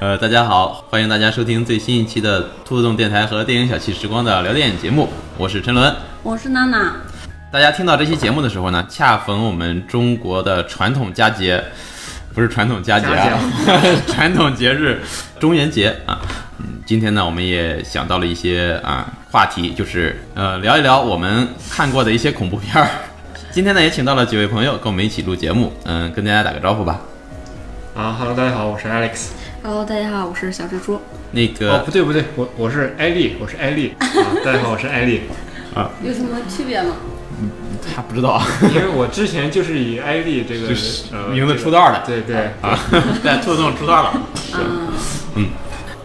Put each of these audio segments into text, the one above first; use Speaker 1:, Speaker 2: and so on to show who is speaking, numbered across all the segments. Speaker 1: 呃，大家好，欢迎大家收听最新一期的兔子洞电台和电影小憩时光的聊电影节目，我是陈伦。
Speaker 2: 我是娜娜，
Speaker 1: 大家听到这期节目的时候呢，恰逢我们中国的传统佳节，不是传统佳节啊， 传统节日中元节啊。嗯，今天呢，我们也想到了一些啊话题，就是呃聊一聊我们看过的一些恐怖 片儿。今天呢，也请到了几位朋友跟我们一起录节目，嗯，跟大家打个招呼吧。
Speaker 3: 啊哈喽，大家好，我是 Alex。
Speaker 2: Hello，大家好，我是小蜘蛛，
Speaker 1: 那
Speaker 3: 哦，
Speaker 1: 个
Speaker 3: 不对不对，我我是艾丽，我是艾 丽。啊，大家好，我是艾丽。
Speaker 2: 有什么区别吗？
Speaker 1: 他不知道，啊
Speaker 3: 因为我之前就是以艾丽这 个
Speaker 1: 就是
Speaker 3: 呃
Speaker 1: 名字
Speaker 3: 这个
Speaker 1: 出道的
Speaker 3: 对对
Speaker 1: 啊，在兔洞出道了。
Speaker 2: 嗯，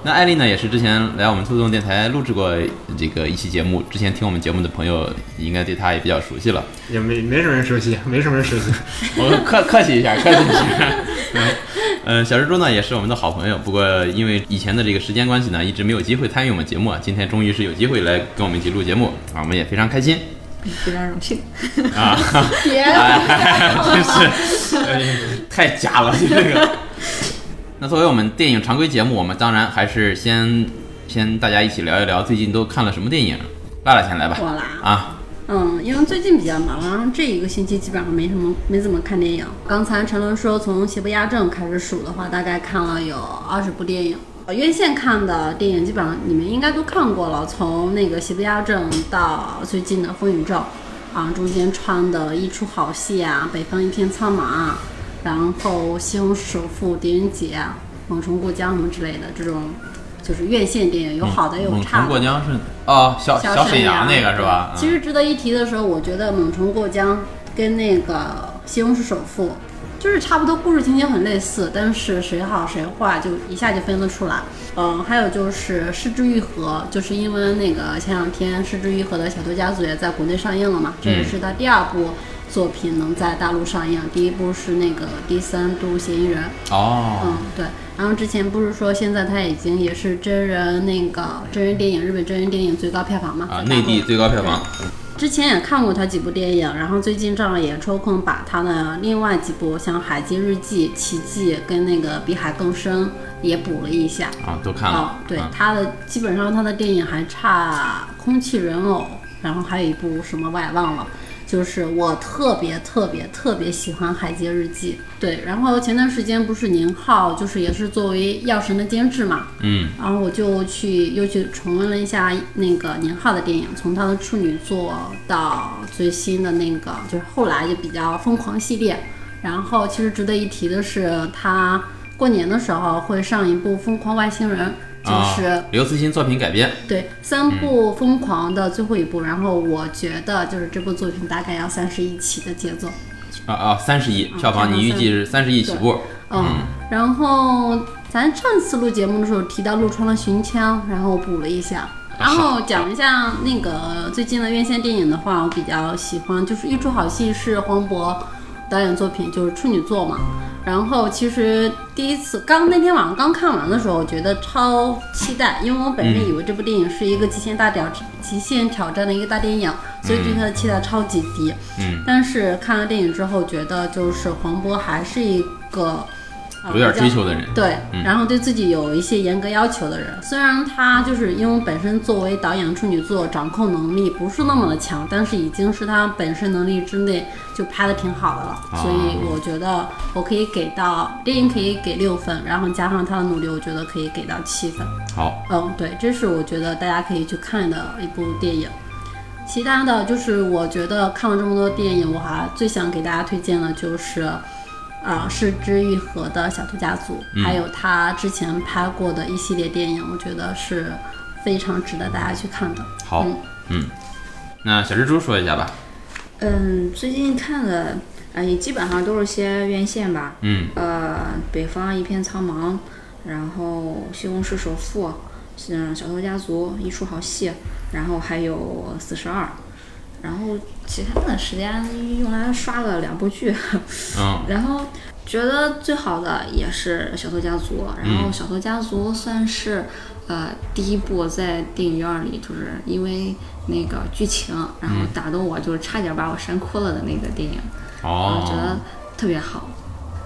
Speaker 1: 那艾丽呢，也是之前来我们兔洞电台录制过这个一期节目，之前听我们节目的朋友应该对她也比较熟悉 了。
Speaker 3: 也没没什么人熟悉，没什么人熟悉。
Speaker 1: 我客客气一下，客气一下。嗯，呃，小蜘蛛呢也是我们的好朋友，不过因为以前的这个时间关系呢，一直没有机会参与我们节目啊。今天终于是有机会来跟我们一起录节目啊，我们也非常开心
Speaker 2: 非常荣幸。
Speaker 1: 啊！
Speaker 2: 别，
Speaker 1: 真是、哎太假了，这个。那作为我们电影常规节目，我们当然还是先先大家一起聊一聊最近都看了什么电影。辣辣先来吧，
Speaker 2: 我啦
Speaker 1: 啊，
Speaker 2: 嗯，因为最近比较忙，然后这一个星期基本上没什么，没怎么看电影。刚才陈伦说，从《邪不压正》开始数的话，大概看了有二十部电影。呃院线看的电影基本上你们应该都看过了，从那个《邪不压正》到最近的《风雨咒》，啊，中间穿的一出好戏啊，《北方一片苍茫》啊，然后《西红柿首富》《狄仁杰》啊，《猛虫过江》什么之类的，这种就是院线电影，有好的也有
Speaker 1: 嗯猛
Speaker 2: 差
Speaker 1: 虫
Speaker 2: 的。
Speaker 1: 过江是哦，小
Speaker 2: 小
Speaker 1: 沈
Speaker 2: 阳
Speaker 1: 阳那个是吧？嗯
Speaker 2: 其实值得一提的时候，我觉得《猛虫过江》跟那个《西红柿首富》就是差不多，故事情节很类似，但是谁好谁坏就一下就分得出来。嗯，还有就是《失之愈合》，就是因为那个前两天《失之愈合》的《小偷家族》也在国内上映了嘛，
Speaker 1: 嗯
Speaker 2: 这也是他第二部作品能在大陆上映，第一部是那个《第三度嫌疑人》。
Speaker 1: 嗯哦
Speaker 2: 嗯，，对。然后之前不是说现在他已经也是真人那个真人电影，日本真人电影最高票房嘛？
Speaker 1: 啊，
Speaker 2: 在大
Speaker 1: 内
Speaker 2: 陆
Speaker 1: 地最高票房，
Speaker 2: 之前也看过他几部电影，然后最近正好也抽空把他的另外几部，像《海街日记》《奇迹》跟那个《比海更深》也补了一下。
Speaker 1: 啊，都看了。
Speaker 2: 哦，对
Speaker 1: 嗯，
Speaker 2: 他的基本上他的电影还差《空气人偶》，然后还有一部什么我也忘了。就是我特别特别特别喜欢《海街日记》，对。然后前段时间不是宁浩，就是也是作为《药神》的监制嘛，
Speaker 1: 嗯，
Speaker 2: 然后我就去又去重温了一下那个宁浩的电影，从他的处女作到最新的那个，就是后来就比较疯狂系列。然后其实值得一提的是，他过年的时候会上一部《疯狂外星人》，
Speaker 1: 啊
Speaker 2: 就是、
Speaker 1: 刘慈欣作品改编，
Speaker 2: 对三部疯狂的最后一部。然后我觉得就是这部作品大概要三十亿起的节奏，
Speaker 1: 啊啊，三十亿
Speaker 2: 啊
Speaker 1: 票房，
Speaker 2: 票房
Speaker 1: 你预计是三十亿起步，
Speaker 2: 嗯，然后咱上次录节目的时候提到陆川的《寻枪》，然后我补了一下。然后讲一下那个最近的院线电影的话，我比较喜欢就是《一出好戏》是黄渤导演作品，就是处女作嘛。然后其实第一次刚那天晚上刚看完的时候，我觉得超期待，因为我本身以为这部电影是一个极限大挑极限挑战的一个大电影，所以对它的期待超级低。
Speaker 1: 嗯，
Speaker 2: 但是看了电影之后，觉得就是黄渤还是一个、呃、
Speaker 1: 有点
Speaker 2: 比较
Speaker 1: 追求的人，
Speaker 2: 对，
Speaker 1: 嗯
Speaker 2: 然后对自己有一些严格要求的人，虽然他就是因为本身作为导演处女作掌控能力不是那么的强，但是已经是他本身能力之内就拍的挺好的了，
Speaker 1: 啊
Speaker 2: 所以我觉得我可以给到电影可以给六分，然后加上他的努力，我觉得可以给到七分。
Speaker 1: 好，
Speaker 2: 嗯，对，这是我觉得大家可以去看的一部电影。其他的就是，我觉得看了这么多电影，我还最想给大家推荐的就是，啊、是枝裕和的《小偷家族》还有他之前拍过的一系列电影，我觉得是非常值得大家去看的。
Speaker 1: 好，嗯，那小蜘蛛说一下吧，
Speaker 4: 嗯，最近看的，哎、也基本上都是些院线吧。
Speaker 1: 嗯，
Speaker 4: 呃，北方一片苍茫，然后西红柿首富，嗯，小偷家族，一出好戏，然后还有四十二，然后其他的时间用来刷了两部剧，
Speaker 1: 嗯，
Speaker 4: 然后觉得最好的也是《小偷家族》，然后《小偷家族》算是呃第一部在电影院里，就是因为那个剧情，然后打动我，就是差点把我扇哭了的那个电影，我觉
Speaker 1: 哦
Speaker 4: 得，特别好，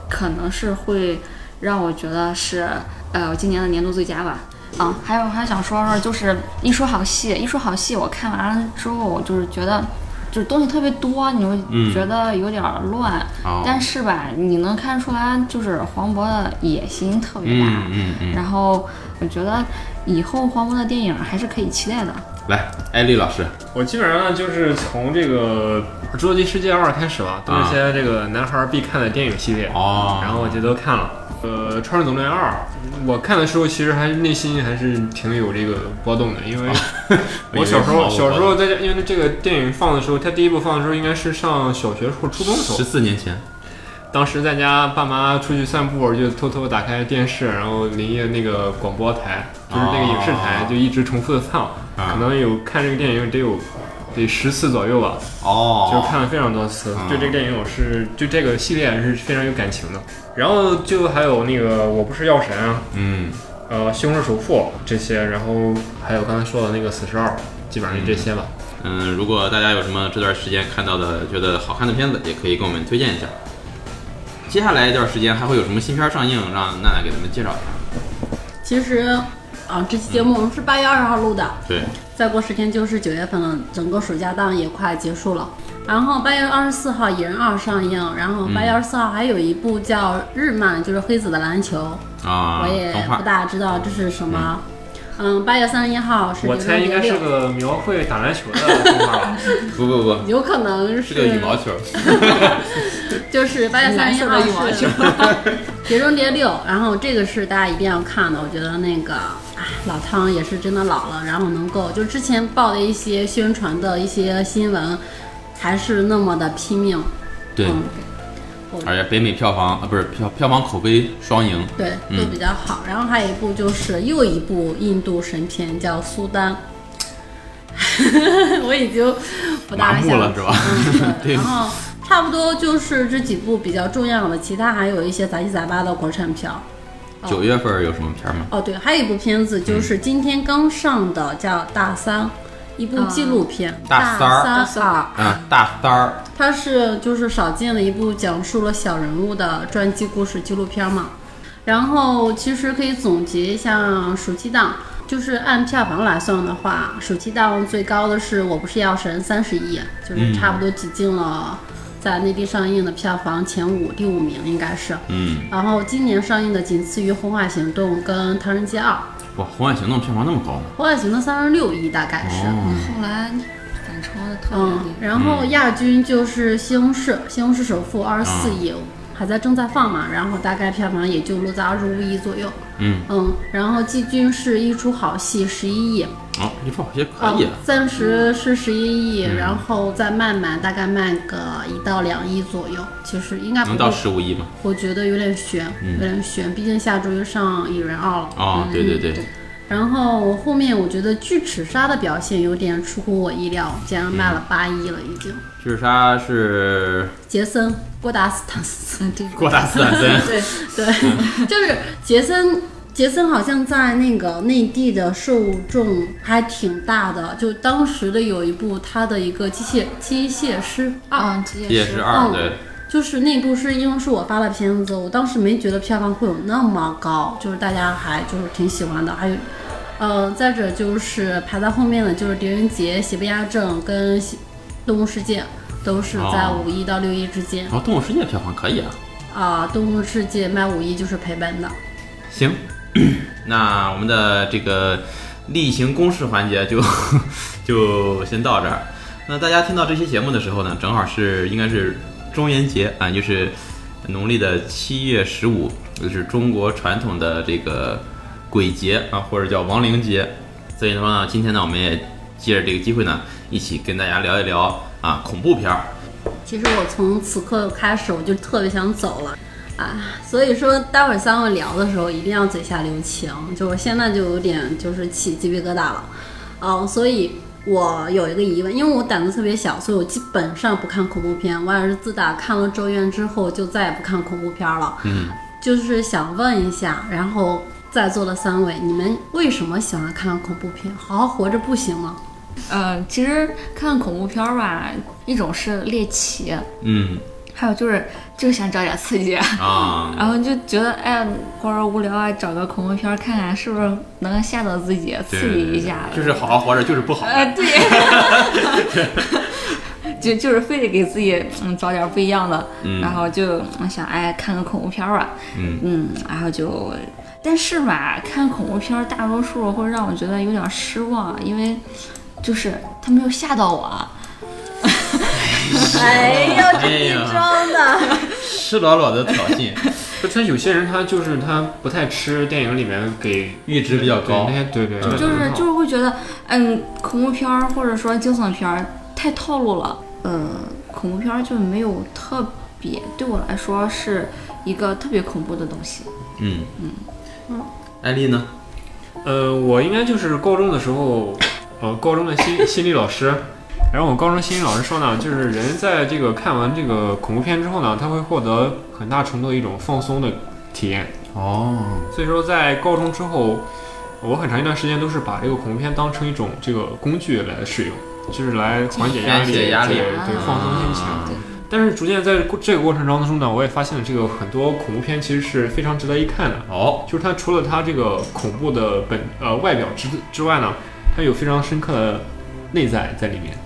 Speaker 4: 可能是会让我觉得是呃今年的年度最佳吧。啊，还有还想说说，就是一出好戏，一出好戏，我看完了之后，我就是觉得。就是东西特别多，你
Speaker 1: 嗯
Speaker 4: 会觉得有点儿乱，
Speaker 1: 哦
Speaker 4: 但是吧，你能看出来，就是黄渤的野心特别大。
Speaker 1: 嗯嗯嗯，
Speaker 4: 然后我觉得以后黄渤的电影还是可以期待的。
Speaker 1: 来，艾丽老师，
Speaker 3: 我基本上呢就是从这个啊《侏罗纪世界二》开始吧，都是一些这个男孩儿必看的电影系列。
Speaker 1: 哦
Speaker 3: 然后我就都看了。呃，《超人总动员二》，我看的时候其实还内心还是挺有这个波动的，因为 我小时候小时候在家因为这个电影放的时候，它第一部放的时候应该是上小学或初中的时候
Speaker 1: 十，四年前，
Speaker 3: 当时在家爸妈出去散步，就偷偷打开电视，然后林业那个广播台，就是那个影视台
Speaker 1: 哦，
Speaker 3: 就一直重复的放，
Speaker 1: 啊
Speaker 3: 可能有看这个电影得有得十次左右吧，
Speaker 1: 哦，
Speaker 3: 就看了非常多次。对这个电影我是对这个系列还是非常有感情的。然后就还有那个我不是药神啊，
Speaker 1: 嗯，
Speaker 3: 呃，西红柿首富这些，然后还有刚才说的那个死侍二，基本上就这些吧。
Speaker 1: 嗯，如果大家有什么这段时间看到的觉得好看的片子，也可以给我们推荐一下。接下来一段时间还会有什么新片上映，让娜娜给咱们介绍一下。
Speaker 2: 其实啊，这期节目我们是八月二十号录的，
Speaker 1: 对，
Speaker 2: 再过十天就是九月份了，整个暑假档也快结束了。然后八月二十四号《蚁人二》上映，然后八月二十四号还有一部叫日漫，就是《黑子的篮球》，
Speaker 1: 啊，
Speaker 2: 我也
Speaker 1: 动
Speaker 2: 不
Speaker 1: 画，
Speaker 2: 大知道这是什么。嗯，八月三十一号是
Speaker 3: 我
Speaker 2: 流
Speaker 3: 猜
Speaker 2: 浪
Speaker 3: 应
Speaker 2: 节
Speaker 3: 该是
Speaker 2: 六，
Speaker 3: 个描绘打篮球的动画吧。
Speaker 1: 不不不，
Speaker 2: 有可能
Speaker 1: 是个羽毛球，
Speaker 2: 就是八月三十一号
Speaker 4: 蓝色的羽毛
Speaker 2: 是
Speaker 4: 球
Speaker 2: 《 碟中谍六》，然后这个是大家一定要看的。我觉得那个哎，老汤也是真的老了，然后能够就之前报的一些宣传的一些新闻，还是那么的拼命。
Speaker 1: 对，
Speaker 2: 嗯，
Speaker 1: 而且北美票房啊不是票票房口碑双赢，
Speaker 2: 对，
Speaker 1: 嗯
Speaker 2: 都比较好。然后还有一部就是又一部印度神片叫《苏丹》， 我已经不
Speaker 1: 麻
Speaker 2: 大
Speaker 1: 木
Speaker 2: 想嗯
Speaker 1: 了是吧？ 对
Speaker 2: 然后差不多就是这几部比较重要的，其他还有一些杂七杂八的国产片儿。
Speaker 1: 九月份有什么片吗？
Speaker 2: 哦，对，还有一部片子就是
Speaker 1: 嗯
Speaker 2: 今天刚上的，叫《大三》，一部纪录片。
Speaker 1: 啊大三儿
Speaker 2: 大三儿，
Speaker 1: 啊，大三儿，
Speaker 2: 它是就是少见的一部讲述了小人物的传记故事纪录片嘛。然后其实可以总结一下暑期档，就是按票房来算的话，暑期档最高的是《我不是药神》三十亿，就是差不多挤进了在内地上映的票房前五第五名应该是。
Speaker 1: 嗯，
Speaker 2: 然后今年上映的仅次于《红海行动》跟《唐人街二》，
Speaker 1: 哇，《红海行动》票房那么高呢？
Speaker 2: 《红海行动》三十六亿大概是。
Speaker 1: 哦，
Speaker 4: 后来反超的特别
Speaker 2: 嗯
Speaker 4: 厉，害。
Speaker 2: 然后亚军就是西红柿，西红柿首富二十四
Speaker 1: 啊
Speaker 2: 亿，还在正在放嘛，然后大概票房也就落在二十五亿左右。
Speaker 1: 嗯，
Speaker 2: 嗯，然后季军是一出好戏十一亿，
Speaker 1: 哦，一说好像可以啊，
Speaker 2: 暂时是十一
Speaker 1: 嗯
Speaker 2: 亿，然后再慢慢大概卖个一到两亿左右，其实应该不
Speaker 1: 能到
Speaker 2: 会，
Speaker 1: 十嗯五亿吗？
Speaker 2: 我觉得有点悬，有点悬，毕竟下周就上蚁人二了。
Speaker 1: 哦，对对对，
Speaker 2: 然后后面我觉得巨齿鲨的表现有点出乎我意料，竟然卖了八亿了已经。
Speaker 1: 巨鲨是
Speaker 2: 杰森·郭达斯坦 斯，
Speaker 4: 嗯，对，
Speaker 1: 郭达斯坦森，
Speaker 4: 对，
Speaker 2: 对，就是杰森。杰森好像在那个内地的受众还挺大的，就当时的有一部他的一个机械机械师啊，
Speaker 4: 啊，这
Speaker 1: 也是二
Speaker 2: 哦
Speaker 1: 对，嗯
Speaker 2: 就是那部是因为是我发的片子，我当时没觉得票房会有那么高，就是大家还就是挺喜欢的，还有。呃，再者就是排在后面的就是《狄仁杰》《邪不压正》跟《动物世界》，都是在
Speaker 1: 哦
Speaker 2: 五亿到六亿之间。
Speaker 1: 然后《哦动物世界》票房可以啊。
Speaker 2: 啊，《动物世界》卖五亿就是赔本的。
Speaker 1: 行， 那我们的这个例行公事环节就 就先到这儿。那大家听到这期节目的时候呢，正好是应该是中元节啊，就是农历的七月十五，就是中国传统的这个鬼节啊，或者叫亡灵节。所以说呢，今天呢，我们也借着这个机会呢，一起跟大家聊一聊啊恐怖片儿。
Speaker 2: 其实我从此刻开始，我就特别想走了啊！所以说，待会儿三位聊的时候，一定要嘴下留情，就我现在就有点就是起鸡皮疙瘩了，嗯，所以。我有一个疑问，因为我胆子特别小，所以我基本上不看恐怖片。我也是自打看了《咒怨》之后，就再也不看恐怖片了。
Speaker 1: 嗯，
Speaker 2: 就是想问一下，然后在座的三位，你们为什么喜欢看恐怖片？好好活着不行吗？
Speaker 4: 呃，其实看恐怖片儿吧，一种是猎奇，
Speaker 1: 嗯，
Speaker 5: 还有就是就是想找点刺激，
Speaker 1: 啊，
Speaker 5: 然后就觉得哎呀，光说无聊啊，找个恐怖片儿看看，是不是能吓到自己，
Speaker 1: 对
Speaker 5: 刺激一下？
Speaker 1: 就是好好活着，就是不好。
Speaker 5: 呃，对， 就就是非得给自己嗯找点不一样的，
Speaker 1: 嗯
Speaker 5: 然后就嗯想哎看个恐怖片儿吧，
Speaker 1: 嗯
Speaker 5: 然后就，但是吧，看恐怖片儿大多数会让我觉得有点失望，啊因为就是他没有吓到我，啊
Speaker 2: 哎呀，这
Speaker 1: 哎呀
Speaker 2: 逼装的，
Speaker 1: 赤裸裸的挑 衅，
Speaker 3: 就他有些人他就是他不太吃电影里面给
Speaker 1: 阈值比较高
Speaker 3: 对那些对对，
Speaker 1: 嗯
Speaker 5: 就是就是会觉得，嗯，恐怖片儿或者说惊悚片儿太套路了。嗯，恐怖片儿就没有特别，对我来说是一个特别恐怖的东西。
Speaker 1: 嗯嗯。艾丽呢？
Speaker 3: 呃，我应该就是高中的时候，呃，高中的心 心理老师，然后我高中心理老师说呢，就是人在这个看完这个恐怖片之后呢，他会获得很大程度的一种放松的体验。
Speaker 1: 哦，
Speaker 3: 所以说，在高中之后，我很长一段时间都是把这个恐怖片当成一种这个工具来使用，就是来缓解压力、
Speaker 1: 宣泄压力
Speaker 3: 对
Speaker 5: 啊
Speaker 3: 对，放松心情。但是逐渐在这个过程当中呢，我也发现这个很多恐怖片其实是非常值得一看的。
Speaker 1: 哦，
Speaker 3: 就是它除了它这个恐怖的本呃外表之之外呢，它有非常深刻的内在在里面。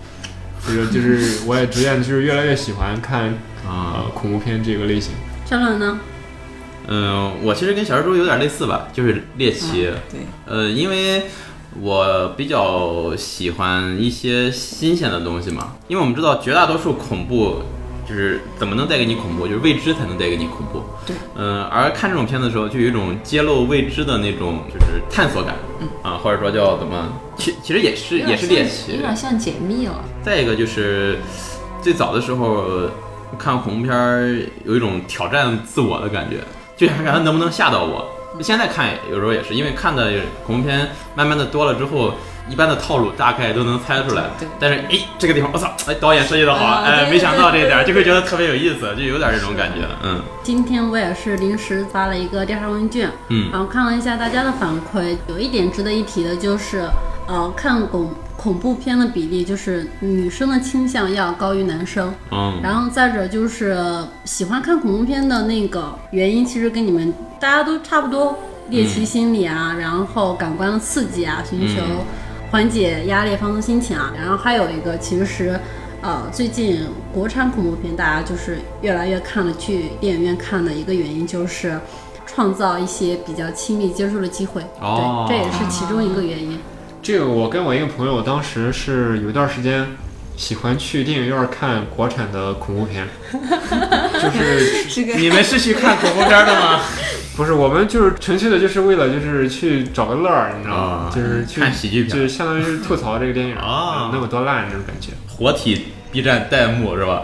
Speaker 3: 这个就是我也逐渐就是越来越喜欢看
Speaker 1: 啊
Speaker 3: 呃，恐怖片这个类型。
Speaker 2: 张伦呢？
Speaker 1: 嗯，我其实跟小蜘蛛有点类似吧，就是猎奇。
Speaker 5: 啊对，
Speaker 1: 呃，因为我比较喜欢一些新鲜的东西嘛，因为我们知道绝大多数恐怖就是怎么能带给你恐怖，就是未知才能带给你恐怖。
Speaker 5: 对，
Speaker 1: 嗯、而看这种片子的时候，就有一种揭露未知的那种就是探索感，啊，或者说叫怎么，其其实也是
Speaker 5: 嗯有
Speaker 1: 也
Speaker 5: 点
Speaker 1: 是猎
Speaker 5: 像
Speaker 1: 奇，
Speaker 5: 有点像解密了。
Speaker 1: 再一个就是最早的时候看恐怖片儿，有一种挑战自我的感觉，就想看它能不能吓到我。现在看有时候也是，因为看的恐怖片慢慢的多了之后，一般的套路大概都能猜出来
Speaker 5: 对对。
Speaker 1: 但是哎，这个地方我操，哎，导演设计的好啊，
Speaker 5: 啊
Speaker 1: 哎，
Speaker 5: 对
Speaker 1: 没想到这一点儿，就会觉得特别有意思，就有点这种感觉。嗯
Speaker 2: 今天我也是临时发了一个调查问卷，
Speaker 1: 嗯
Speaker 2: 然后看了一下大家的反馈，有一点值得一提的就是，呃，看恐恐怖片的比例就是女生的倾向要高于男生，
Speaker 1: 嗯，
Speaker 2: 然后再者就是喜欢看恐怖片的那个原因，其实跟你们大家都差不多，猎奇心理啊，然后感官的刺激啊，寻求缓解压力、放松心情啊，然后还有一个其实。呃，最近国产恐怖片大家就是越来越看了，去电影院看的一个原因就是创造一些比较亲密接触的机会，
Speaker 1: 哦
Speaker 2: 对，这也是其中一个原因。
Speaker 3: 这个我跟我一个朋友当时是有一段时间喜欢去电影院看国产的恐怖片，就是
Speaker 5: 嗯 这个
Speaker 1: 你们是去看恐怖片儿的吗？
Speaker 3: 不是我们就是纯粹的就是为了就是去找个乐儿，你知道吗
Speaker 1: 啊？
Speaker 3: 就是去
Speaker 1: 看喜剧片
Speaker 3: 就是相当于是吐槽这个电影
Speaker 1: 啊
Speaker 3: 能有多烂这种感觉。
Speaker 1: 活体 B 站弹幕是吧？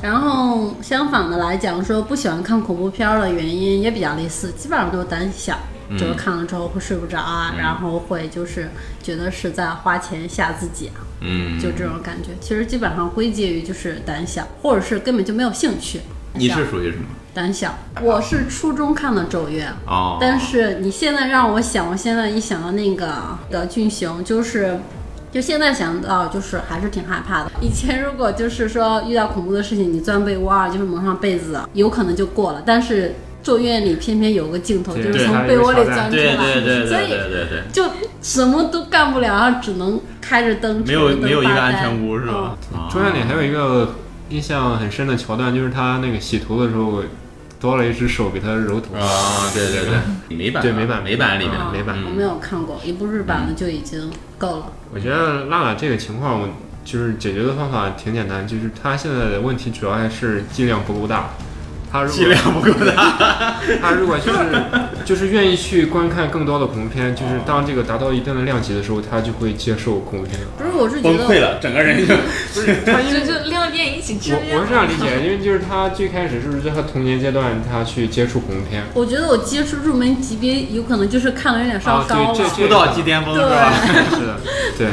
Speaker 2: 然后相反的来讲，说不喜欢看恐怖片儿的原因也比较类似，基本上都是胆小，就是看了之后会睡不着啊，
Speaker 1: 嗯
Speaker 2: 然后会就是觉得是在花钱吓自己啊，
Speaker 1: 嗯，
Speaker 2: 就这种感觉。其实基本上归结于就是胆小，或者是根本就没有兴趣。
Speaker 1: 你是属于什么？
Speaker 2: 胆小，我是初中看的《咒怨》
Speaker 1: 哦，
Speaker 2: 但是你现在让我想，我现在一想到那个的俊雄，就是，就现在想到就是还是挺害怕的。以前如果就是说遇到恐怖的事情，你钻被窝啊，就是蒙上被子，有可能就过了。但是咒怨里偏偏有个镜头，
Speaker 3: 对
Speaker 2: 就是
Speaker 1: 对
Speaker 2: 从
Speaker 3: 还有
Speaker 2: 被
Speaker 3: 一个
Speaker 2: 窝里
Speaker 3: 桥
Speaker 2: 钻
Speaker 3: 段
Speaker 2: 出
Speaker 1: 对
Speaker 2: 来，
Speaker 1: 对对
Speaker 2: 所
Speaker 1: 对
Speaker 2: 以
Speaker 1: 对对对。
Speaker 2: 就什么都干不了，然后只能开着灯，
Speaker 1: 没有
Speaker 2: 吹着灯
Speaker 1: 没有一个
Speaker 2: 发
Speaker 1: 安
Speaker 2: 呆
Speaker 1: 全屋是吧？
Speaker 2: 嗯
Speaker 1: 啊
Speaker 3: 中间里还有一个印象很深的桥段，就是他那个洗头的时候，多了一只手给他揉头。
Speaker 1: 啊，对对对，美版啊
Speaker 3: 对美版
Speaker 1: 美版里面
Speaker 2: 啊
Speaker 3: 没版
Speaker 2: 我没有看过一部日版
Speaker 1: 嗯
Speaker 2: 的就已经够了。
Speaker 3: 我觉得娜娜这个情况，我就是解决的方法挺简单，就是他现在的问题主要还是剂量不够大。他如
Speaker 1: 剂
Speaker 3: 果
Speaker 1: 量不够大，
Speaker 3: 他如果就是就是愿意去观看更多的恐怖片，就是当这个达到一定的量级的时候，他就会接受恐怖片。
Speaker 2: 不是，我是觉
Speaker 1: 崩
Speaker 2: 得
Speaker 1: 溃了，整个 人就
Speaker 3: 不是他因为
Speaker 5: 就就量变引起质
Speaker 3: 哎我我
Speaker 5: 变
Speaker 3: 是。这样理解，因为就是他最开始是不是在他童年阶段，他去接触恐怖片，
Speaker 2: 我觉得我接触入门级别有可能就是看了有点稍
Speaker 3: 啊对
Speaker 2: 高了，
Speaker 3: 这
Speaker 1: 出道即巅峰是吧？
Speaker 3: 是的，对。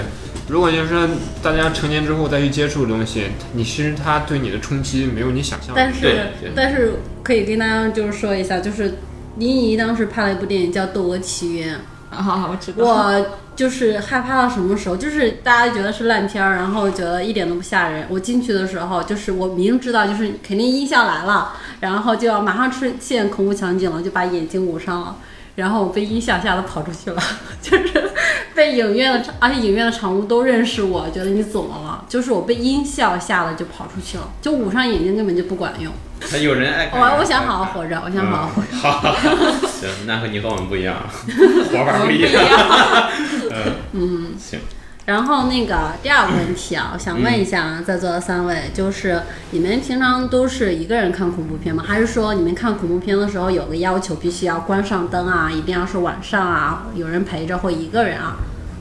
Speaker 3: 如果就是说大家成年之后再去接触的东西，你其实它对你的冲击没有你想象的。
Speaker 2: 但是
Speaker 1: 啊对对
Speaker 2: 但是可以跟大家就是说一下，就是林怡当时拍了一部电影叫《窦娥奇冤
Speaker 5: 啊，我知》，道。
Speaker 2: 我就是害怕到什么时候？就是大家觉得是烂片儿，然后觉得一点都不吓人。我进去的时候，就是我明知道就是肯定音效来了，然后就要马上出现恐怖场景了，就把眼睛捂上了。然后我被音效吓得跑出去了， 就是被影院的，而且影院的场务都认识我，觉得你怎么了？就是我被音效吓得就跑出去了，就捂上眼睛根本就不管用。
Speaker 1: 还有人爱看
Speaker 2: 我我想好好活着，我想好好活着。
Speaker 1: 嗯好， 行，那和你和我们不一 样，活法不一
Speaker 2: 我
Speaker 1: 样。
Speaker 2: 们
Speaker 1: 嗯，行，
Speaker 2: 然后那个第二个问题啊，我想问一下在座的三位，就是你们平常都是一个人看恐怖片吗？还是说你们看恐怖片的时候有个要求，必须要关上灯啊，一定要是晚上啊，有人陪着或一个人啊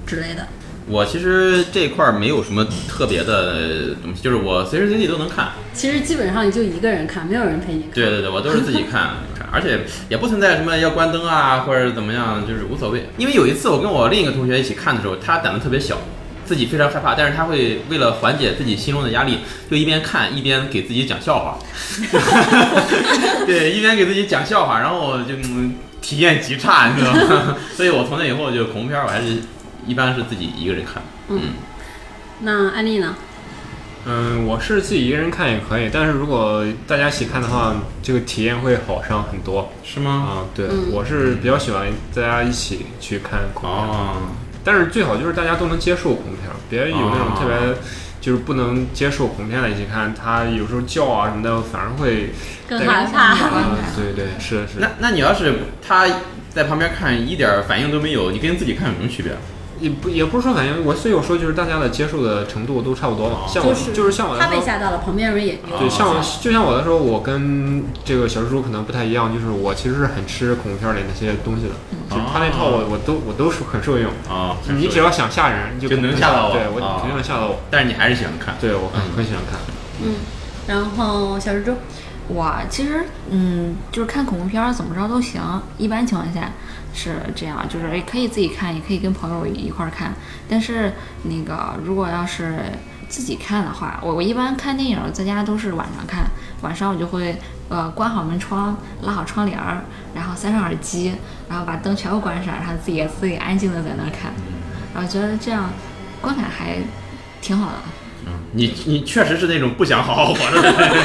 Speaker 2: 之类的？
Speaker 1: 我其实这块儿没有什么特别的东西，就是我随时随地都能看。
Speaker 2: 其实基本上你就一个人看，没有人陪你看。
Speaker 1: 对对对，我都是自己看，而且也不存在什么要关灯啊或者怎么样，就是无所谓。因为有一次我跟我另一个同学一起看的时候，他胆子特别小，自己非常害怕，但是他会为了缓解自己心中的压力，就一边看一边给自己讲笑话，对，一边给自己讲笑话，然后就、嗯、体验极差，你知道吗？ 所以我从那以后就恐怖片儿我还是一般是自己一个人看，嗯，
Speaker 2: 那安利呢？
Speaker 3: 嗯，我是自己一个人看也可以，但是如果大家一起看的话，这个体验会好上很多
Speaker 1: 是吗？
Speaker 3: 啊。对，
Speaker 2: 嗯
Speaker 3: 我是比较喜欢大家一起去看恐怖片，
Speaker 1: 哦，
Speaker 3: 但是最好就是大家都能接受恐怖片，别有那种特
Speaker 1: 哦
Speaker 3: 别就是不能接受恐怖片的一起看，他有时候叫啊什么的，反而会
Speaker 2: 更
Speaker 3: 带
Speaker 2: 害怕。
Speaker 3: 啊，对对，是的是的
Speaker 1: 那，那你要是他在旁边看一点儿反应都没有，你跟自己看有什么区别？
Speaker 3: 也不也不是说反应，我所以我说就是大家的接受的程度都差不多嘛。像我
Speaker 2: 哦就是
Speaker 3: 就是像我来
Speaker 2: 他被
Speaker 3: 说，
Speaker 2: 吓到了，旁边人也有。
Speaker 3: 对，像我就像我来说，我跟这个小蜘蛛可能不太一样，就是我其实是很吃恐怖片里那些东西的，就是他那套
Speaker 1: 哦
Speaker 3: 我我都我都是很受用。
Speaker 1: 啊、
Speaker 3: 嗯你只要想吓人，就
Speaker 1: 就能吓到我
Speaker 3: 对我
Speaker 1: 啊
Speaker 3: 肯定能吓到我。
Speaker 1: 但是你还是喜欢看。
Speaker 3: 对我很很喜欢看。
Speaker 2: 嗯，然后小蜘蛛，
Speaker 5: 我其实嗯，就是看恐怖片儿怎么着都行，一般情况下是这样，就是也可以自己看，也可以跟朋友一块儿看。但是那个如果要是自己看的话，我我一般看电影儿在家都是晚上看，晚上我就会呃关好门窗，拉好窗帘儿，然后塞上耳机，然后把灯全部关上，然后自己自己安静的在那儿看，然后觉得这样观感还挺好的。
Speaker 1: 嗯你你确实是那种不想好好活着的人。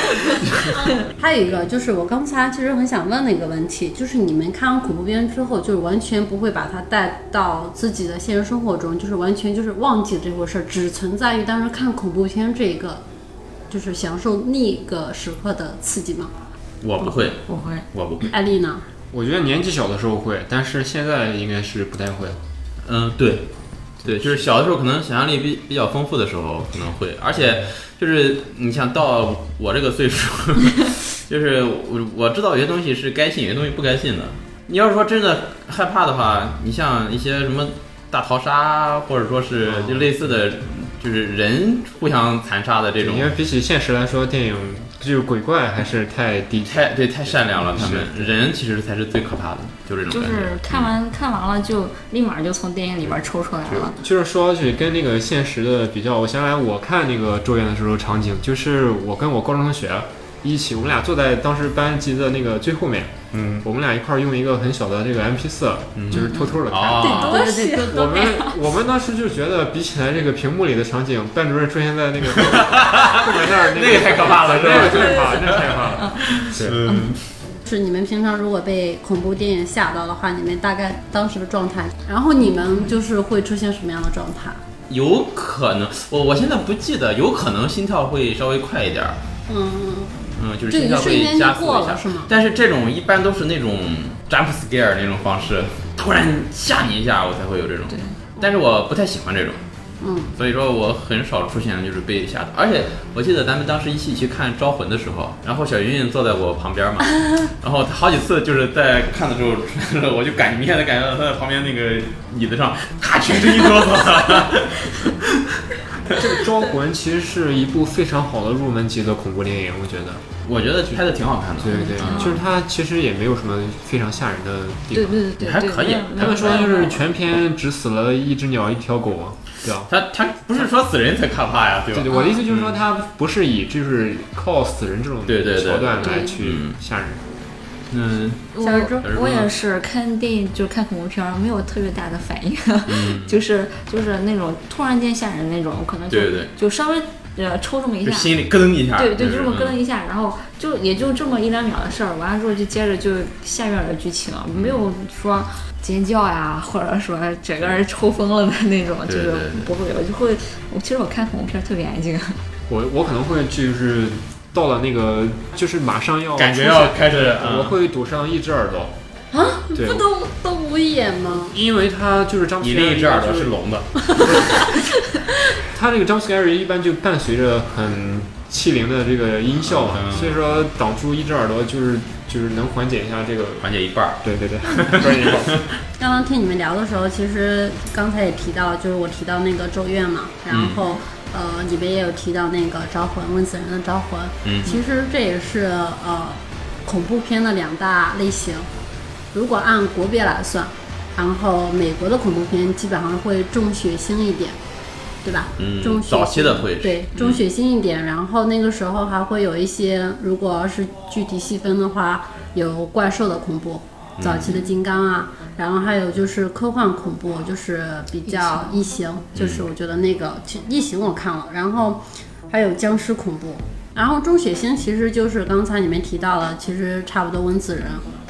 Speaker 2: 还有一个就是我刚才其实很想问的一个问题，就是你们看完恐怖片之后，就是完全不会把它带到自己的现实生活中，就是完全就是忘记这回事儿，只存在于当时看恐怖片这一个，就是享受那个时刻的刺激吗？
Speaker 1: 我不会，
Speaker 5: 我会
Speaker 1: 我不会。
Speaker 2: 艾丽呢？
Speaker 3: 我觉得年纪小的时候会，但是现在应该是不太会了。
Speaker 1: 嗯，对，对，就是小的时候可能想象力比比较丰富的时候可能会，而且就是你想到我这个岁数， 就是我我知道有些东西是该信，有些东西不该信的。你要是说真的害怕的话，你像一些什么大逃杀，或者说是就类似的，就是人互相残杀的这种
Speaker 3: 因，为比起现实来说，电影就是鬼怪还是太低级。
Speaker 1: 太对太善良了，他们人其实才是最可怕的，就是这
Speaker 5: 就
Speaker 1: 种感觉。
Speaker 5: 是看完看完了就立马就从电影里边抽出来了。
Speaker 3: 就是说起跟那个现实的比较，我想起来我看那个《咒怨》的时候场景，就是我跟我高中同学一起，我们俩坐在当时班级的那个最后面，
Speaker 1: 嗯，
Speaker 3: 我们俩一块儿用一个很小的这个 MP 四，就是偷偷的看。
Speaker 1: 啊，
Speaker 2: 对对对，
Speaker 3: 我们我们当时就觉得，比起来这个屏幕里的场景，班主任出现在 那个后面那儿，
Speaker 1: 那个太可怕了是吧
Speaker 3: 那个太可怕，那个太可怕了。是，
Speaker 1: 嗯，
Speaker 2: 是你们平常如果被恐怖电影吓到的话，你们大概当时的状态，然后你们就是会出现什么样的状态？
Speaker 1: 有可能，我我现在不记得，有可能心跳会稍微快一点儿，
Speaker 2: 嗯，
Speaker 1: 嗯，就是
Speaker 2: 这
Speaker 1: 心
Speaker 2: 一
Speaker 1: 跳
Speaker 2: 瞬
Speaker 1: 会
Speaker 2: 间
Speaker 1: 加
Speaker 2: 就
Speaker 1: 速
Speaker 2: 过
Speaker 1: 一
Speaker 2: 了
Speaker 1: 下，
Speaker 2: 是吗？
Speaker 1: 但是这种一般都是那种 jump scare 那种方式，突然吓你一下，我才会有这种。但是我不太喜欢这种，
Speaker 2: 嗯，
Speaker 1: 所以说我很少出现就是被吓到。而且我记得咱们当时一起去看《招魂》的时候，然后小云云坐在我旁边 嘛，然后她好几次就是在看的时候， 我就感明显的感觉到她在旁边那个椅子上，咔全身一哆嗦。
Speaker 3: 这个《招魂》其实是一部非常好的入门级的恐怖电影，我觉得。
Speaker 1: 我觉得拍的挺好看的，
Speaker 3: 对对，就是它其实也没有什么非常吓人的地
Speaker 5: 对
Speaker 3: 方。
Speaker 5: 对对对，
Speaker 1: 还可以
Speaker 5: 对
Speaker 3: 他们说就是全片只死了一只鸟一条狗啊，对吧？
Speaker 1: 他他不是说死人才可怕呀，对吧
Speaker 3: 对？对，我的意思就是说，它不是以就是靠死人这种
Speaker 1: 对对对
Speaker 3: 桥段来
Speaker 5: 对
Speaker 3: 去吓人。
Speaker 1: 嗯
Speaker 2: 小蜘蛛
Speaker 5: 我我也是看电影，就是看恐怖片儿，没有特别大的反应，
Speaker 1: 嗯，
Speaker 5: 就是就是那种突然间吓人那种，我可能就
Speaker 1: 对对对，
Speaker 5: 就稍微呃抽这么一
Speaker 1: 就
Speaker 5: 下，
Speaker 1: 心里嗯咯噔一下，
Speaker 5: 对对，就这么咯
Speaker 1: 跟
Speaker 5: 噔一下，然后就也就这么一两秒的事儿，完了之后就接着就下面的剧情，没有说尖叫呀，或者说整个人抽风了的那种，就
Speaker 1: 对
Speaker 5: 是
Speaker 1: 对对
Speaker 5: 不会，我就会，我其实我看恐怖片儿特别安静，
Speaker 3: 我我可能会就是到了那个就是马上要
Speaker 1: 嗯感觉
Speaker 3: 出现
Speaker 1: 要开始，
Speaker 3: 我
Speaker 1: 嗯
Speaker 3: 会堵上一只耳朵啊，对
Speaker 2: 不，都都无眼吗？
Speaker 3: 因为他就是张，
Speaker 1: 你另一只耳朵是聋的，
Speaker 3: 它这个 jump scare 一般就伴随着很气灵的这个音效嘛，
Speaker 1: 嗯
Speaker 3: 所以说挡住一只耳朵就是就是能缓解一下这个。
Speaker 1: 缓解一半儿，
Speaker 3: 对 对对，不是你好
Speaker 2: 刚刚听你们聊的时候，其实刚才也提到，就是我提到那个《咒怨》嘛，
Speaker 1: 嗯
Speaker 2: 然后、呃，你们也有提到那个《招魂》，温子仁的《招魂》，
Speaker 1: 嗯
Speaker 2: 其实这也是呃恐怖片的两大类型。如果按国别来算，然后美国的恐怖片基本上会重血腥一点，对吧？
Speaker 1: 嗯
Speaker 2: 重血腥
Speaker 1: 早期的会是
Speaker 2: 对重血腥一点，然后那个时候还会有一些，如果要是具体细分的话，有怪兽的恐怖。早期的金刚啊，然后还有就是科幻恐怖，就是比较异形，就是我觉得那个其异形我看了，然后还有僵尸恐怖，然后中血腥其实就是刚才你们提到了，其实差不多温子仁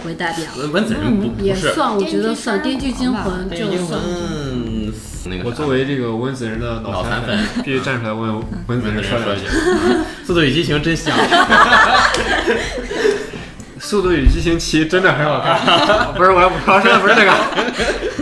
Speaker 2: 为代表，
Speaker 3: 嗯
Speaker 1: 文文子仁呃
Speaker 5: 嗯
Speaker 1: 不
Speaker 2: 也
Speaker 1: 不是，
Speaker 2: 算，我觉得算《
Speaker 5: 电
Speaker 2: 电
Speaker 5: 锯
Speaker 2: 锯
Speaker 5: 惊
Speaker 2: 惊
Speaker 5: 魂
Speaker 2: 魂》
Speaker 1: 但
Speaker 2: 就
Speaker 1: 英
Speaker 2: 算。
Speaker 1: 文那个
Speaker 3: 我
Speaker 1: 啥
Speaker 3: 作为这个温子仁的脑
Speaker 1: 脑残
Speaker 3: 残
Speaker 1: 粉，
Speaker 3: 必须站出来为温子
Speaker 1: 文
Speaker 3: 仁
Speaker 1: 子
Speaker 3: 说
Speaker 1: 仁说
Speaker 3: 两
Speaker 1: 一
Speaker 3: 句
Speaker 1: 下。，速度与激情真香，
Speaker 3: 《速度与激情七》真的很好 看，不是，我我要说的不是这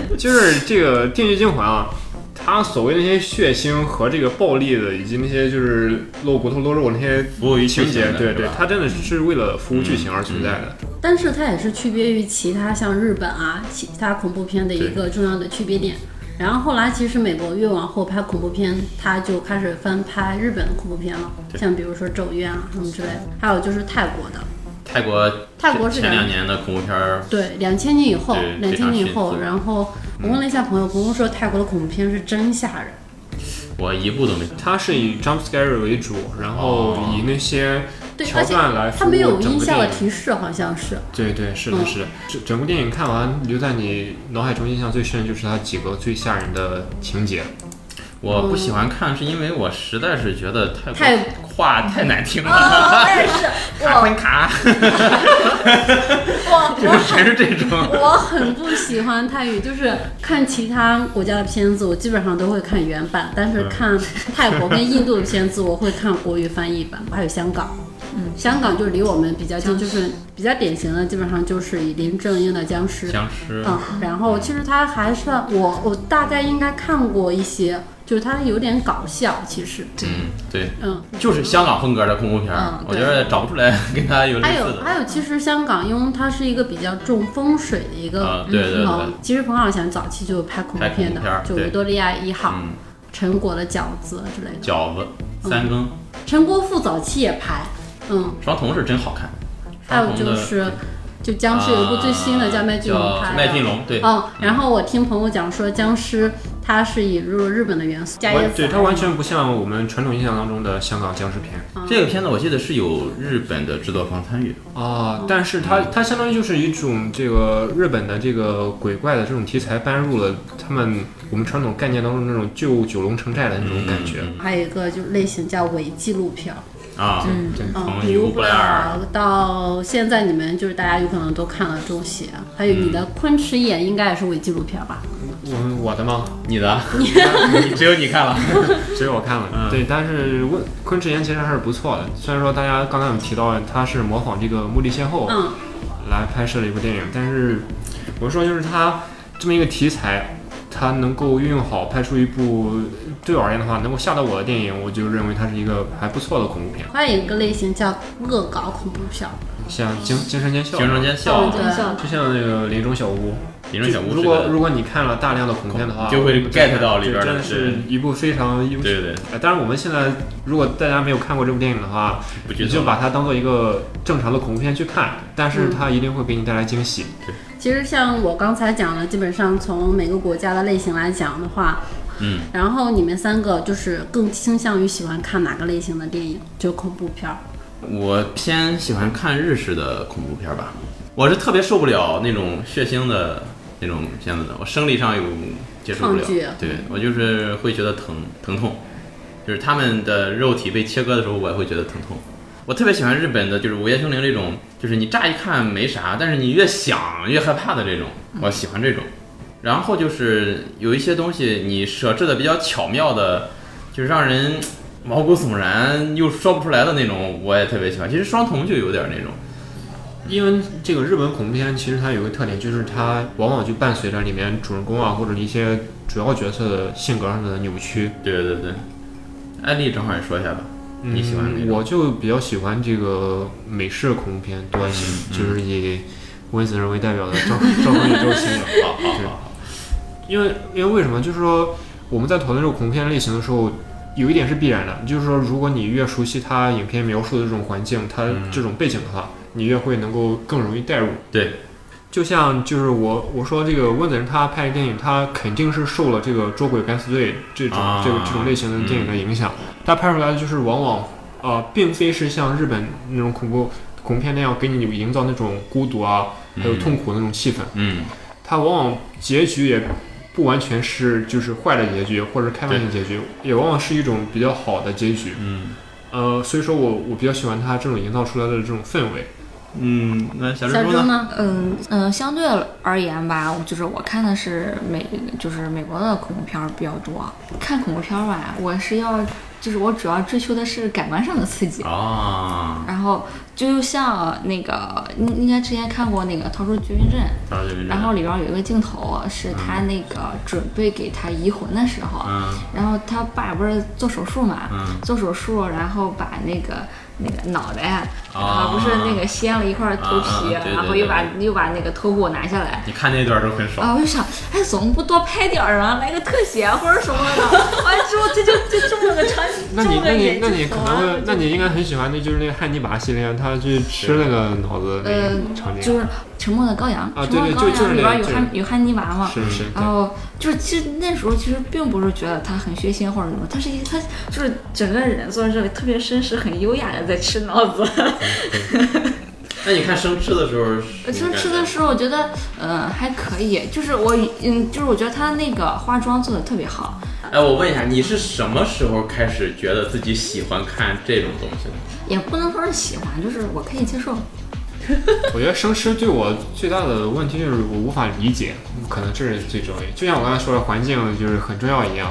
Speaker 3: 个， 就是这个《电锯惊魂》啊，它所谓那些血腥和这个暴力的，以及那些就是露骨头露肉那些
Speaker 1: 服务于
Speaker 3: 情节，对对，
Speaker 1: 他
Speaker 3: 它真的是为了服务剧情而存在
Speaker 1: 嗯
Speaker 3: 的。
Speaker 2: 但是它也是区别于其他像日本啊其他恐怖片的一个重要的区别点。然后后来其实美国越往后拍恐怖片，它就开始翻拍日本的恐怖片了，
Speaker 1: 对
Speaker 2: 像比如说《咒怨》啊什么之类的，还有就是泰国的，
Speaker 1: 泰国
Speaker 2: 泰国是
Speaker 1: 前两
Speaker 2: 两
Speaker 1: 年的恐怖片儿，
Speaker 2: 对，两千年以后，
Speaker 1: 对
Speaker 2: 两千年以
Speaker 1: 非常
Speaker 2: 后，
Speaker 1: 迅速
Speaker 2: 然后我问了一下朋友，朋友说泰国的恐怖片是真吓人，
Speaker 1: 我一部都没看。
Speaker 3: 它是以 jump scare 为主，然后
Speaker 1: 哦
Speaker 3: 以那些
Speaker 2: 对，
Speaker 3: 桥
Speaker 2: 而且
Speaker 3: 段来服
Speaker 2: 它
Speaker 3: 务
Speaker 2: 没有
Speaker 3: 整
Speaker 2: 音
Speaker 3: 个
Speaker 2: 效的
Speaker 3: 电影
Speaker 2: 提示，好像是。
Speaker 3: 对对，是的，
Speaker 2: 嗯
Speaker 3: 是的，整整部电影看完留在你脑海中印象最深的就是它几个最吓人的情节。
Speaker 1: 我不喜欢看，是因为我实在是觉得泰
Speaker 2: 太啊
Speaker 1: 国话太难听了，
Speaker 2: 我也 是，
Speaker 1: 卡昆卡，
Speaker 2: 我
Speaker 1: 就是全是这种。
Speaker 2: 我很不喜欢泰语，就是看其他国家的片子，我基本上都会看原版，但是看泰国跟印度的片子，我会看国语翻译版，还有香港。嗯，香港就离我们比较近，就是比较典型的，基本上就是以林正英的僵尸。
Speaker 1: 僵尸，
Speaker 2: 嗯，然后其实它还算我我大概应该看过一些，就是它有点搞笑，其实，
Speaker 1: 嗯，对，
Speaker 2: 嗯，
Speaker 1: 就是香港风格的恐怖片儿
Speaker 5: 嗯，
Speaker 1: 我觉得找不出来跟他有类
Speaker 2: 还
Speaker 1: 似
Speaker 2: 有
Speaker 1: 的。
Speaker 2: 还有，其实香港因为它是一个比较重风水的一个
Speaker 1: 啊，对对对
Speaker 2: 嗯，其实彭浩翔早期就拍恐怖片的，
Speaker 1: 拍恐怖片儿
Speaker 2: 就
Speaker 1: 对
Speaker 2: 维多利亚一号、
Speaker 1: 嗯，
Speaker 2: 陈果的饺子之类的。
Speaker 1: 饺子、三更、
Speaker 2: 陈国富早期也拍，嗯，
Speaker 1: 双瞳是真好看。
Speaker 2: 还有
Speaker 1: 双瞳
Speaker 2: 就
Speaker 1: 的
Speaker 2: 是，就僵尸有一部最新的
Speaker 1: 啊
Speaker 2: 叫麦浚龙
Speaker 1: 叫
Speaker 2: 拍的，
Speaker 1: 麦浚龙，对，
Speaker 2: 嗯，然后我听朋友讲说，僵尸它是引入了日本的元素，加椰
Speaker 3: 完
Speaker 2: 子，
Speaker 3: 对它完全不像我们传统印象当中的香港僵尸片
Speaker 1: 这个片子我记得是有日本的制作方参与，
Speaker 2: 哦
Speaker 3: 啊、但是它它相当于就是一种这个日本的这个鬼怪的这种题材搬入了他们我们传统概念当中那种旧九龙城寨的那种感觉。
Speaker 2: 还有一个就是类型叫伪纪录片儿，
Speaker 1: 啊，
Speaker 2: 嗯，
Speaker 1: 从
Speaker 2: 比
Speaker 1: 一
Speaker 2: 如
Speaker 1: 物布莱尔
Speaker 2: 到现在，你们就是大家有可能都看了《中邪》，还有你的《昆池岩》应该也是伪纪录片吧？
Speaker 3: 我嗯我的吗？
Speaker 1: 你的， 你只有你看了，
Speaker 3: 只有我看了，
Speaker 1: 嗯
Speaker 3: 对，但是温昆池岩其实还是不错的。虽然说大家刚才我们提到它是模仿这个《墓地先后》
Speaker 2: 嗯，
Speaker 3: 来拍摄的一部电影，但是我说就是它这么一个题材，它能够运用好，拍出一部对我而言的话能够吓到我的电影，我就认为它是一个还不错的恐怖片，
Speaker 2: 还有一个类型叫恶搞恐怖片儿，
Speaker 3: 像精精神间效，
Speaker 1: 形容间 笑，
Speaker 2: 对
Speaker 3: 就像那个林中小屋，
Speaker 1: 林中小屋
Speaker 3: 就是如
Speaker 1: 个
Speaker 3: 果如果你看了大量的恐怖片的话，
Speaker 1: 就会 get 到里边
Speaker 3: 这
Speaker 1: 的
Speaker 3: 真的是一部非常优秀。
Speaker 1: 对对，
Speaker 3: 呃当然，我们现在如果大家没有看过这部电影的话，
Speaker 1: 不
Speaker 3: 你
Speaker 1: 剧
Speaker 3: 就
Speaker 1: 透，
Speaker 3: 把它当做一个正常的恐怖片去看，但是
Speaker 2: 嗯
Speaker 3: 它一定会给你带来惊喜。
Speaker 2: 其实像我刚才讲的，基本上从每个国家的类型来讲的话，
Speaker 1: 嗯，
Speaker 2: 然后你们三个就是更倾向于喜欢看哪个类型的电影？就恐怖片儿。
Speaker 1: 我偏喜欢看日式的恐怖片吧，我是特别受不了那种血腥的那种片子的，我生理上有接受不了
Speaker 2: 抗拒啊，
Speaker 1: 对我就是会觉得疼疼痛，就是他们的肉体被切割的时候，我也会觉得疼痛。我特别喜欢日本的，就是《午夜凶铃》这种，就是你乍一看没啥，但是你越想越害怕的这种，我喜欢这种。然后就是有一些东西你设置的比较巧妙的，就是让人毛骨悚然又说不出来的那种，我也特别喜欢。其实双瞳就有点那种，
Speaker 3: 因为这个日本恐怖片其实它有个特点，就是它往往就伴随着里面主人公啊或者一些主要角色的性格上的扭曲。
Speaker 1: 对对对。安利正好也说一下吧，你喜欢哪
Speaker 3: 嗯，
Speaker 1: 种？
Speaker 3: 我就比较喜欢这个美式恐怖片 多一些，就是以温子仁为代表的赵 赵忠宇周星的。
Speaker 1: 嗯好好好，
Speaker 3: 因为因为为什么？就是说我们在讨论这种恐怖片类型的时候，有一点是必然的，就是说如果你越熟悉它影片描述的这种环境，它
Speaker 1: 嗯
Speaker 3: 这种背景的话，你越会能够更容易代入。
Speaker 1: 对，
Speaker 3: 就像就是我我说这个温子仁他拍电影，他肯定是受了这个《捉鬼敢死队》这种、
Speaker 1: 啊嗯
Speaker 3: 这个这种类型的电影的影响，他拍出来的就是往往呃，并非是像日本那种恐怖恐怖片那样给你营造那种孤独啊，还有痛苦的那种气氛。
Speaker 1: 嗯，
Speaker 3: 它往往结局也不完全是就是坏的结局或者开放性结局，也往往是一种比较好的结局。
Speaker 1: 嗯
Speaker 3: 呃，所以说我我比较喜欢它这种营造出来的这种氛围。
Speaker 1: 嗯，那小蜘
Speaker 2: 小
Speaker 1: 蛛
Speaker 2: 猪
Speaker 1: 呢？
Speaker 2: 呢？
Speaker 5: 嗯嗯、呃相对而言吧，我就是我看的是美，就是美国的恐怖片儿比较多。看恐怖片儿吧，我是要，就是我主要追求的是感官上的刺激。
Speaker 1: 啊，
Speaker 5: 然后就像那个，应应该之前看过那个《逃出绝命镇》，
Speaker 1: 大家这边
Speaker 5: 然后里边儿有一个镜头是他那个准备给他移魂的时候，
Speaker 1: 嗯
Speaker 5: 然后他爸不是做手术嘛，
Speaker 1: 嗯
Speaker 5: 做手术，然后把那个那个脑袋啊，然
Speaker 1: 啊
Speaker 5: 后不是那个掀了一块头
Speaker 1: 啊
Speaker 5: 皮，
Speaker 1: 啊啊对对
Speaker 5: 然后又把
Speaker 1: 对
Speaker 5: 又把那个头骨拿下来。
Speaker 1: 你看那段都很爽，
Speaker 5: 啊，我就想，哎，怎么不多拍点儿啊，来个特写或者什么的？ 完之后，这就就这么个场景，
Speaker 3: 那
Speaker 5: 这
Speaker 3: 你
Speaker 5: 么
Speaker 3: 那
Speaker 5: 个
Speaker 3: 你
Speaker 5: 眼
Speaker 3: 那你
Speaker 5: 镜
Speaker 3: 可
Speaker 5: 头
Speaker 3: 能
Speaker 5: 啊
Speaker 3: 会，，那你应该很喜欢的就是那个汉尼拔系列，他去吃那个脑子那
Speaker 5: 呃
Speaker 3: 个场，景，
Speaker 5: 就是《沉默的羔羊》
Speaker 3: 啊
Speaker 5: 沉默
Speaker 3: 对
Speaker 5: 的
Speaker 3: 对就
Speaker 5: 羔
Speaker 3: 就是
Speaker 5: 羊》
Speaker 3: 那
Speaker 5: 里边有
Speaker 3: 就是
Speaker 5: 汉有汉尼拔嘛，
Speaker 3: 是是。
Speaker 5: 然后就是，其实那时候其实并不是觉得他很血腥或者什么，他是一他就是整个人坐在这里特别绅士、很优雅的在吃脑子。
Speaker 1: 那你看生吃的时候是什么感觉，
Speaker 5: 其实呃吃的时候我觉得，呃，还可以，就是我嗯，就是我觉得他那个化妆做的特别好。
Speaker 1: 哎，我问一下，你是什么时候开始觉得自己喜欢看这种东西的？
Speaker 5: 也不能说是喜欢，就是我可以接受。
Speaker 3: 我觉得生吃对我最大的问题就是我无法理解，可能这是最重要的。就像我刚才说的，环境就是很重要一样。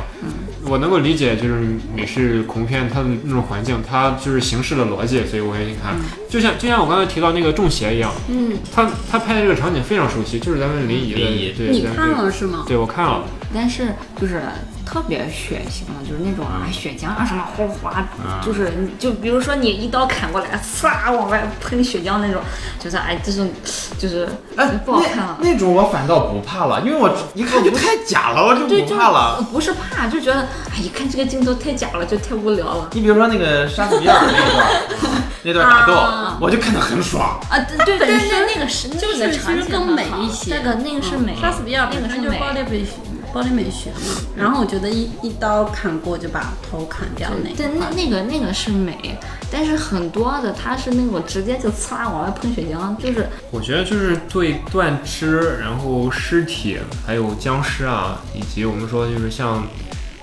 Speaker 3: 我能够理解，就是美式恐怖片它的那种环境，它就是形式的逻辑，所以我愿意看。就像就像我刚才提到那个《中邪》一样，
Speaker 2: 嗯，
Speaker 3: 他他拍的这个场景非常熟悉，就是咱们临沂的
Speaker 1: 临沂，
Speaker 3: 对，
Speaker 2: 你
Speaker 3: 咱们
Speaker 2: 看了是吗？
Speaker 3: 对，我看了。
Speaker 5: 但是就是特别血腥的，就是那种啊
Speaker 1: 嗯
Speaker 5: 血浆啊什么哗哗，就是你就比如说你一刀砍过来，唰往外喷血浆那种，就是哎，这种就是不好看了。
Speaker 1: 呃哎那种我反倒不怕了，因为我一看就太假了，我就
Speaker 5: 对，就是。不是怕，就觉得哎，一看这个镜头太假了，就太无聊了
Speaker 1: 你比如说那个杀死比尔那段儿，那段打斗，我就看得很爽。
Speaker 5: 啊！对对，
Speaker 2: 本
Speaker 5: 但
Speaker 2: 身
Speaker 5: 是那个是
Speaker 2: 就是
Speaker 5: 那个场景
Speaker 2: 其实更
Speaker 5: 很
Speaker 2: 美
Speaker 5: 好
Speaker 2: 一些
Speaker 5: 那个那个是美，
Speaker 2: 杀死比尔
Speaker 5: 那个
Speaker 2: 本
Speaker 5: 是
Speaker 2: 身就是
Speaker 5: 美。
Speaker 2: 暴力美学，暴力美学嘛。然后我觉得一一刀砍过就把头砍掉那
Speaker 5: 对，
Speaker 2: 个
Speaker 5: 那。那个那个是美，但是很多的它是那种直接就呲啦往外喷血浆，就是
Speaker 3: 我觉得就是对断肢，然后尸体，还有僵尸啊，以及我们说就是像，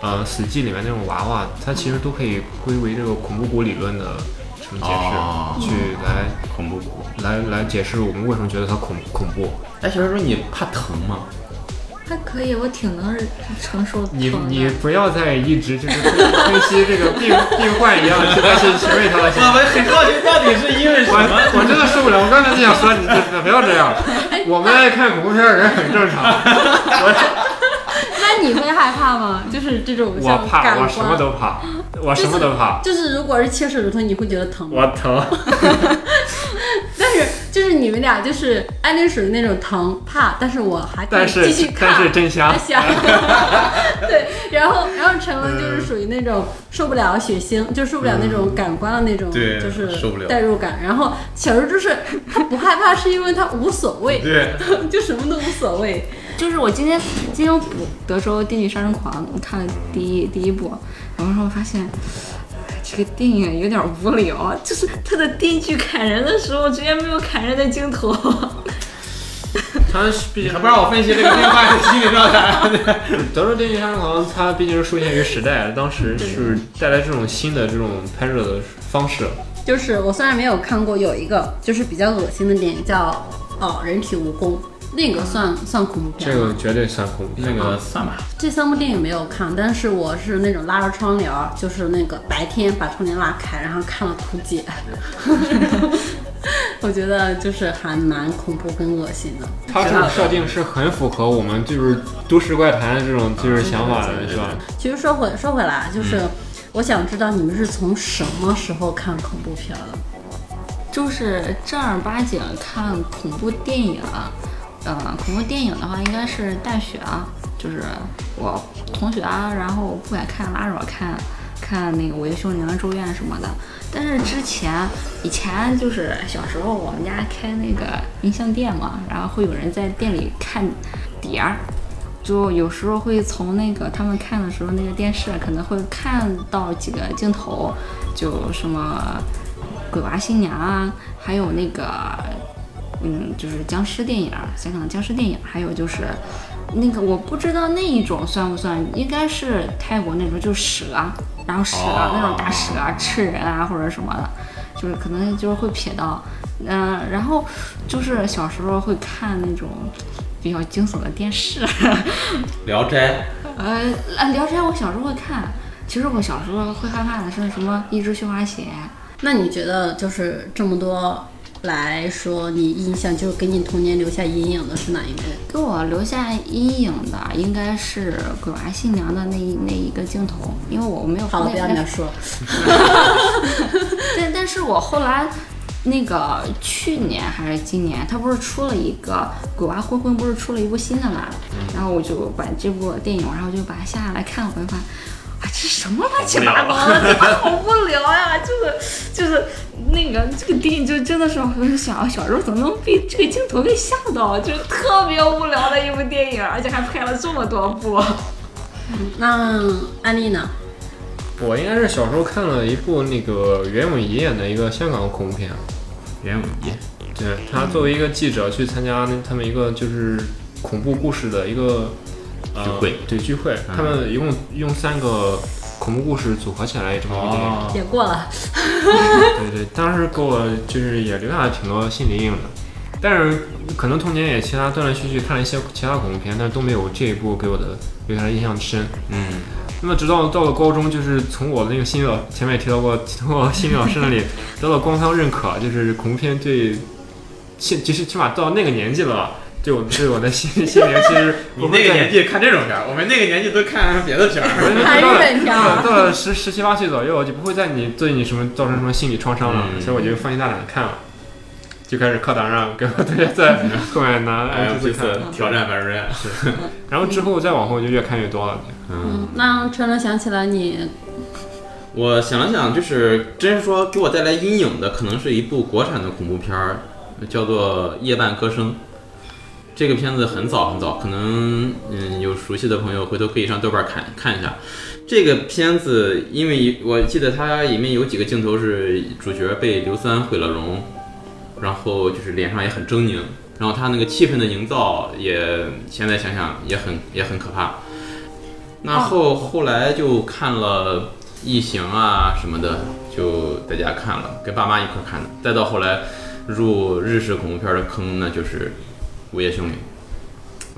Speaker 3: 呃，《死寂》里面那种娃娃，它其实都可以归为这个恐怖谷理论的什么解释，
Speaker 1: 哦
Speaker 3: 去来
Speaker 1: 恐怖谷。
Speaker 3: 来来解释我们为什么觉得它恐恐怖。
Speaker 1: 哎，小叔，你怕疼吗？
Speaker 5: 还可以，我挺能承受
Speaker 3: 你
Speaker 5: 疼
Speaker 3: 你
Speaker 5: 的。
Speaker 3: 不要再一直就是分分析这个病病患一样去来去询问他了。行吗
Speaker 1: 我很好奇，到底是因为什
Speaker 3: 我
Speaker 1: 么？
Speaker 3: 我真的受不了，我刚才就想说你你不要这样，我们爱看恐怖片的人很正常。
Speaker 5: 那你会害 怕吗？就是这种
Speaker 3: 我
Speaker 5: 像
Speaker 3: 怕，
Speaker 5: 感
Speaker 3: 我
Speaker 5: 官
Speaker 3: 什么都怕，我什么都怕，
Speaker 2: 就是如果是切水龙头，你会觉得疼吗？
Speaker 3: 我疼。
Speaker 2: 但是就是你们俩就是安利属于那种疼怕，但是我还可以
Speaker 3: 但是
Speaker 2: 继续看，
Speaker 3: 但是真香
Speaker 2: 还 香。对，然后然后陈文就是属于那种受不了血腥，就受不了那种感官的那种，
Speaker 1: 对
Speaker 2: 就是
Speaker 1: 受不了
Speaker 2: 代入感。然后小时就是他不害怕，是因为他无所谓，
Speaker 1: 对，
Speaker 2: 就什么都无所谓。
Speaker 5: 就是我今天今天我补《德州地理杀人狂》，我看了第一第一部，然后我发现，哎这个电影有点无聊，就是他的第一句砍人的时候，直接没有砍人的镜头。
Speaker 3: 他是毕
Speaker 1: 你
Speaker 3: 竟
Speaker 1: 还不让我分析这个电话的心理状态？
Speaker 3: 德州电锯杀人狂，它毕竟是受限于时代，当时是带来这种新的这种拍摄的方式。
Speaker 2: 就是我虽然没有看过，有一个就是比较恶心的电影叫哦人体蜈蚣，那个算算恐怖片
Speaker 3: 这
Speaker 2: 吗。
Speaker 3: 个绝对算恐
Speaker 1: 嗯
Speaker 3: 怖。那个
Speaker 1: 算吧，
Speaker 2: 这三部电影没有看，但是我是那种拉着窗帘儿，就是那个白天把窗帘拉开，然后看了图解。 我觉得就是还蛮恐怖跟恶心的。
Speaker 3: 它这种设定是很符合我们就是都市怪谈这种就是想法的，是吧？
Speaker 2: 其实说回说回来，啊就是
Speaker 3: 嗯
Speaker 2: 我想知道你们是从什么时候看恐怖片儿的？
Speaker 5: 就是正儿八经看恐怖电影，呃，恐怖电影的话应该是大学啊，就是我同学啊，然后不敢看拉着我看，看那个《午夜凶铃》《咒怨》什么的。但是之前以前就是小时候我们家开那个音像店嘛，然后会有人在店里看碟儿。就有时候会从那个他们看的时候，那个电视啊可能会看到几个镜头，就什么鬼娃新娘啊，还有那个，嗯，就是僵尸电影，啊香港的僵尸电影，还有就是那个我不知道那一种算不算，应该是泰国那种，就是蛇啊， 然后蛇啊、
Speaker 1: 哦
Speaker 5: 那种大蛇啊吃人啊或者什么的，就是可能就是会瞥到，嗯、然后就是小时候会看那种。比较惊悚的电视，
Speaker 1: 《聊斋
Speaker 5: 呃，啊聊斋我小时候会看，其实我小时候会害怕的是什么？一只绣花鞋，
Speaker 2: 那你觉得就是这么多来说，你印象就是给你童年留下阴影的是哪一部？
Speaker 5: 给我留下阴影的应该是鬼娃新娘的那一那一个镜头，因为我没有
Speaker 2: 好了，
Speaker 5: 那
Speaker 2: 不要
Speaker 5: 那
Speaker 2: 描述了。
Speaker 5: 但但是我后来那个去年还是今年，他不是出了一个《鬼娃昏昏》，不是出了一部新的嘛？然后我就把这部电影，然后就把它下来看了，我就发现。啊，这什么乱七八糟的，这 好无聊呀！就是就是那个这个电影，就真的是我就想，小时候怎么能被这个镜头被吓到？就是特别无聊的一部电影，而且还拍了这么多部。
Speaker 2: 那安利呢？
Speaker 3: 我应该是小时候看了一部那个袁咏仪演的一个香港恐怖片，》啊
Speaker 1: 袁咏仪，
Speaker 3: 对她作为一个记者去参加那他们一个就是恐怖故事的一个、呃
Speaker 1: 聚会嗯
Speaker 3: 对聚会，他们一共用三个恐怖故事组合起来这么一个电影。
Speaker 1: 哦，
Speaker 2: 也过了。
Speaker 3: 对对，当时给我就是也留下了挺多心理阴影的，但是可能童年也其他断断续续看了一些其他恐怖片，但是都没有这一部给我的留下的印象深。
Speaker 1: 嗯，
Speaker 3: 那么直到到了高中，就是从我的那个心理老前面也提到过， 从我心理老师那里得到官方认可，就是恐怖片对，起其实起码到那个年纪了吧，对我对我的心心灵其实
Speaker 1: 你那个年纪看这种片儿，我们那个年纪都看别的片 儿。
Speaker 4: 哎
Speaker 2: 看日本片儿
Speaker 3: 对，到了十十七八岁左右，就不会在你对你什么造成什么心理创伤了，
Speaker 1: 嗯
Speaker 3: 所以我就放心大胆的看了，就开始课堂上给我对 在后面拿
Speaker 1: 哎
Speaker 3: M P 看，
Speaker 1: 挑战百分之
Speaker 3: 然后之后再往后就越看越多了。
Speaker 1: 嗯，
Speaker 2: 那陈伦想起来你，
Speaker 1: 我想了想，就是真是说给我带来阴影的，可能是一部国产的恐怖片儿，叫做《夜半歌声》。这个片子很早很早，可能嗯有熟悉的朋友回头可以上豆瓣看看一下。这个片子，因为我记得它里面有几个镜头是主角被硫酸毁了容，然后就是脸上也很狰狞，然后他那个气氛的营造也现在想想也很也很可怕。那后后来就看了《异形》啊什么的，就在家看了，跟爸妈一块儿看的。再到后来入日式恐怖片的坑呢，就是《午夜凶铃》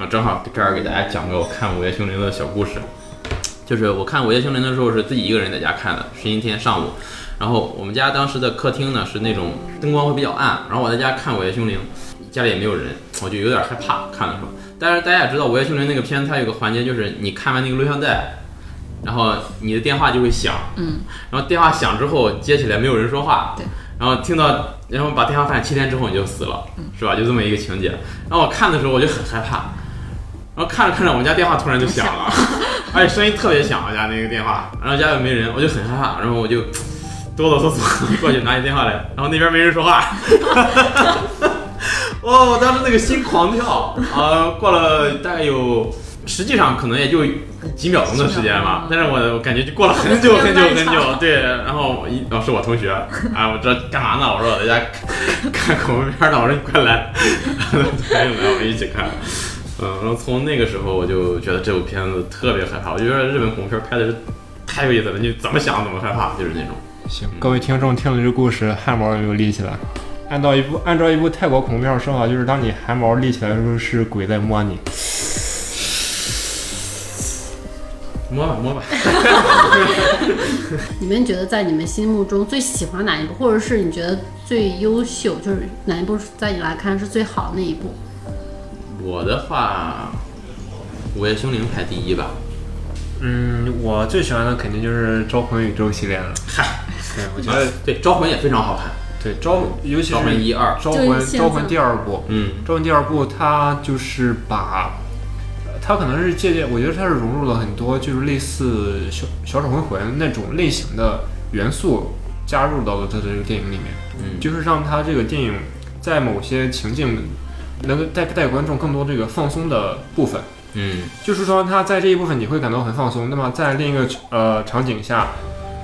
Speaker 1: 啊，正好这儿给大家讲个我看《午夜凶铃》的小故事。就是我看《午夜凶铃》的时候是自己一个人在家看的，星期天上午。然后我们家当时的客厅呢是那种灯光会比较暗，然后我在家看《午夜凶铃》，家里也没有人，我就有点害怕看的时候。但是大家也知道，《午夜凶铃》那个片它有个环节就是你看完那个录像带，然后你的电话就会响，
Speaker 5: 嗯，
Speaker 1: 然后电话响之后接起来没有人说话，
Speaker 5: 对，
Speaker 1: 然后听到，然后把电话放下七天之后你就死了，是吧？就这么一个情节。然后我看的时候我就很害怕，然后看着看着我们家电话突然就响了，而且声音特别响，我家那个电话，然后家里没人，我就很害怕，然后我就哆哆嗦嗦过去拿起电话来，然后那边没人说话。 哦，我当时那个心狂跳啊、过了大概有实际上可能也就几秒钟的时间吧
Speaker 5: 几秒钟，
Speaker 1: 但是我我感觉就过了很久很久
Speaker 5: 漫
Speaker 1: 很
Speaker 5: 长
Speaker 1: 久。对，然后我
Speaker 5: 嗯
Speaker 1: 一哦是我同学啊，我这干嘛呢？我说我在家看看恐怖片呢，我说你快来， 他就来我们一起看。嗯，然后从那个时候我就觉得这部片子特别害怕，我就觉得日本恐怖片拍的是太有意思了，你怎么想怎么害怕，就是那种。
Speaker 3: 行，各位听众听了这故事，汗毛有没有立起来？按照一部按照一部泰国恐怖片的说法，就是当你汗毛立起来的时候，是鬼在摸你。
Speaker 1: 摸吧摸 吧，
Speaker 2: 你们觉得在你们心目中最喜欢哪一部，或者是你觉得最优秀，就是哪一部在你来看是最好的那一部？
Speaker 1: 我的话，《午夜凶铃》排第一吧。
Speaker 3: 嗯，我最喜欢的肯定就是《招魂宇宙》系列了。
Speaker 1: 嗨，
Speaker 3: 对，我觉得
Speaker 1: 对，《招魂》也非常好看。
Speaker 3: 对招，尤其是
Speaker 1: 招魂一二
Speaker 3: 招
Speaker 2: 就是
Speaker 3: 魂
Speaker 2: 现
Speaker 3: 招魂
Speaker 2: 在
Speaker 3: 第二部，
Speaker 1: 嗯，
Speaker 3: 《招魂》第二部，它就是把，它可能是借鉴，我觉得它是融入了很多就是类似《小小丑回魂》那种类型的元素，加入到了它的这个电影里面，
Speaker 1: 嗯
Speaker 3: 就是让它这个电影在某些情境能够带带给观众更多这个放松的部分。
Speaker 1: 嗯
Speaker 3: 就是说，它在这一部分你会感到很放松，那么在另一个呃场景下，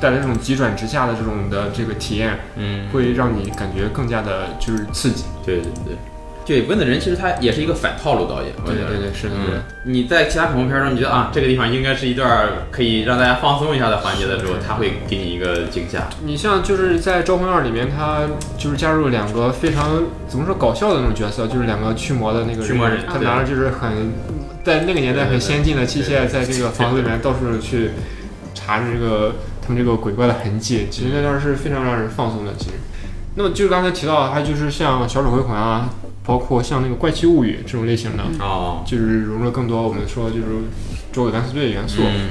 Speaker 3: 带来这种急转直下的这种的这个体验，
Speaker 1: 嗯，
Speaker 3: 会让你感觉更加的就是刺激。
Speaker 1: 对对对。对，温子仁其实他也是一个反套路导演，我
Speaker 3: 对
Speaker 1: 觉得。
Speaker 3: 对对，是的，对的
Speaker 1: 嗯，你在其他恐怖片中，你觉得啊，这个地方应该是一段可以让大家放松一下的环节的时候，他会给你一个惊吓。
Speaker 3: 你像就是在《招魂二》里面，他就是加入了两个非常怎么说搞笑的那种角色，就是两个驱魔的那个
Speaker 1: 驱魔人
Speaker 3: 他
Speaker 1: 对
Speaker 3: 拿着就是很在那个年代很先进的器械，在这个房子里面到处去查这个他们这个鬼怪的痕迹，其实那段是非常让人放松的。其实，那么就是刚才提到，还就是像《小丑回魂》啊，包括像那个《怪奇物语》这种类型的，
Speaker 1: 哦，
Speaker 3: 就是融入了更多我们说就是捉鬼敢死队的元素。
Speaker 1: 嗯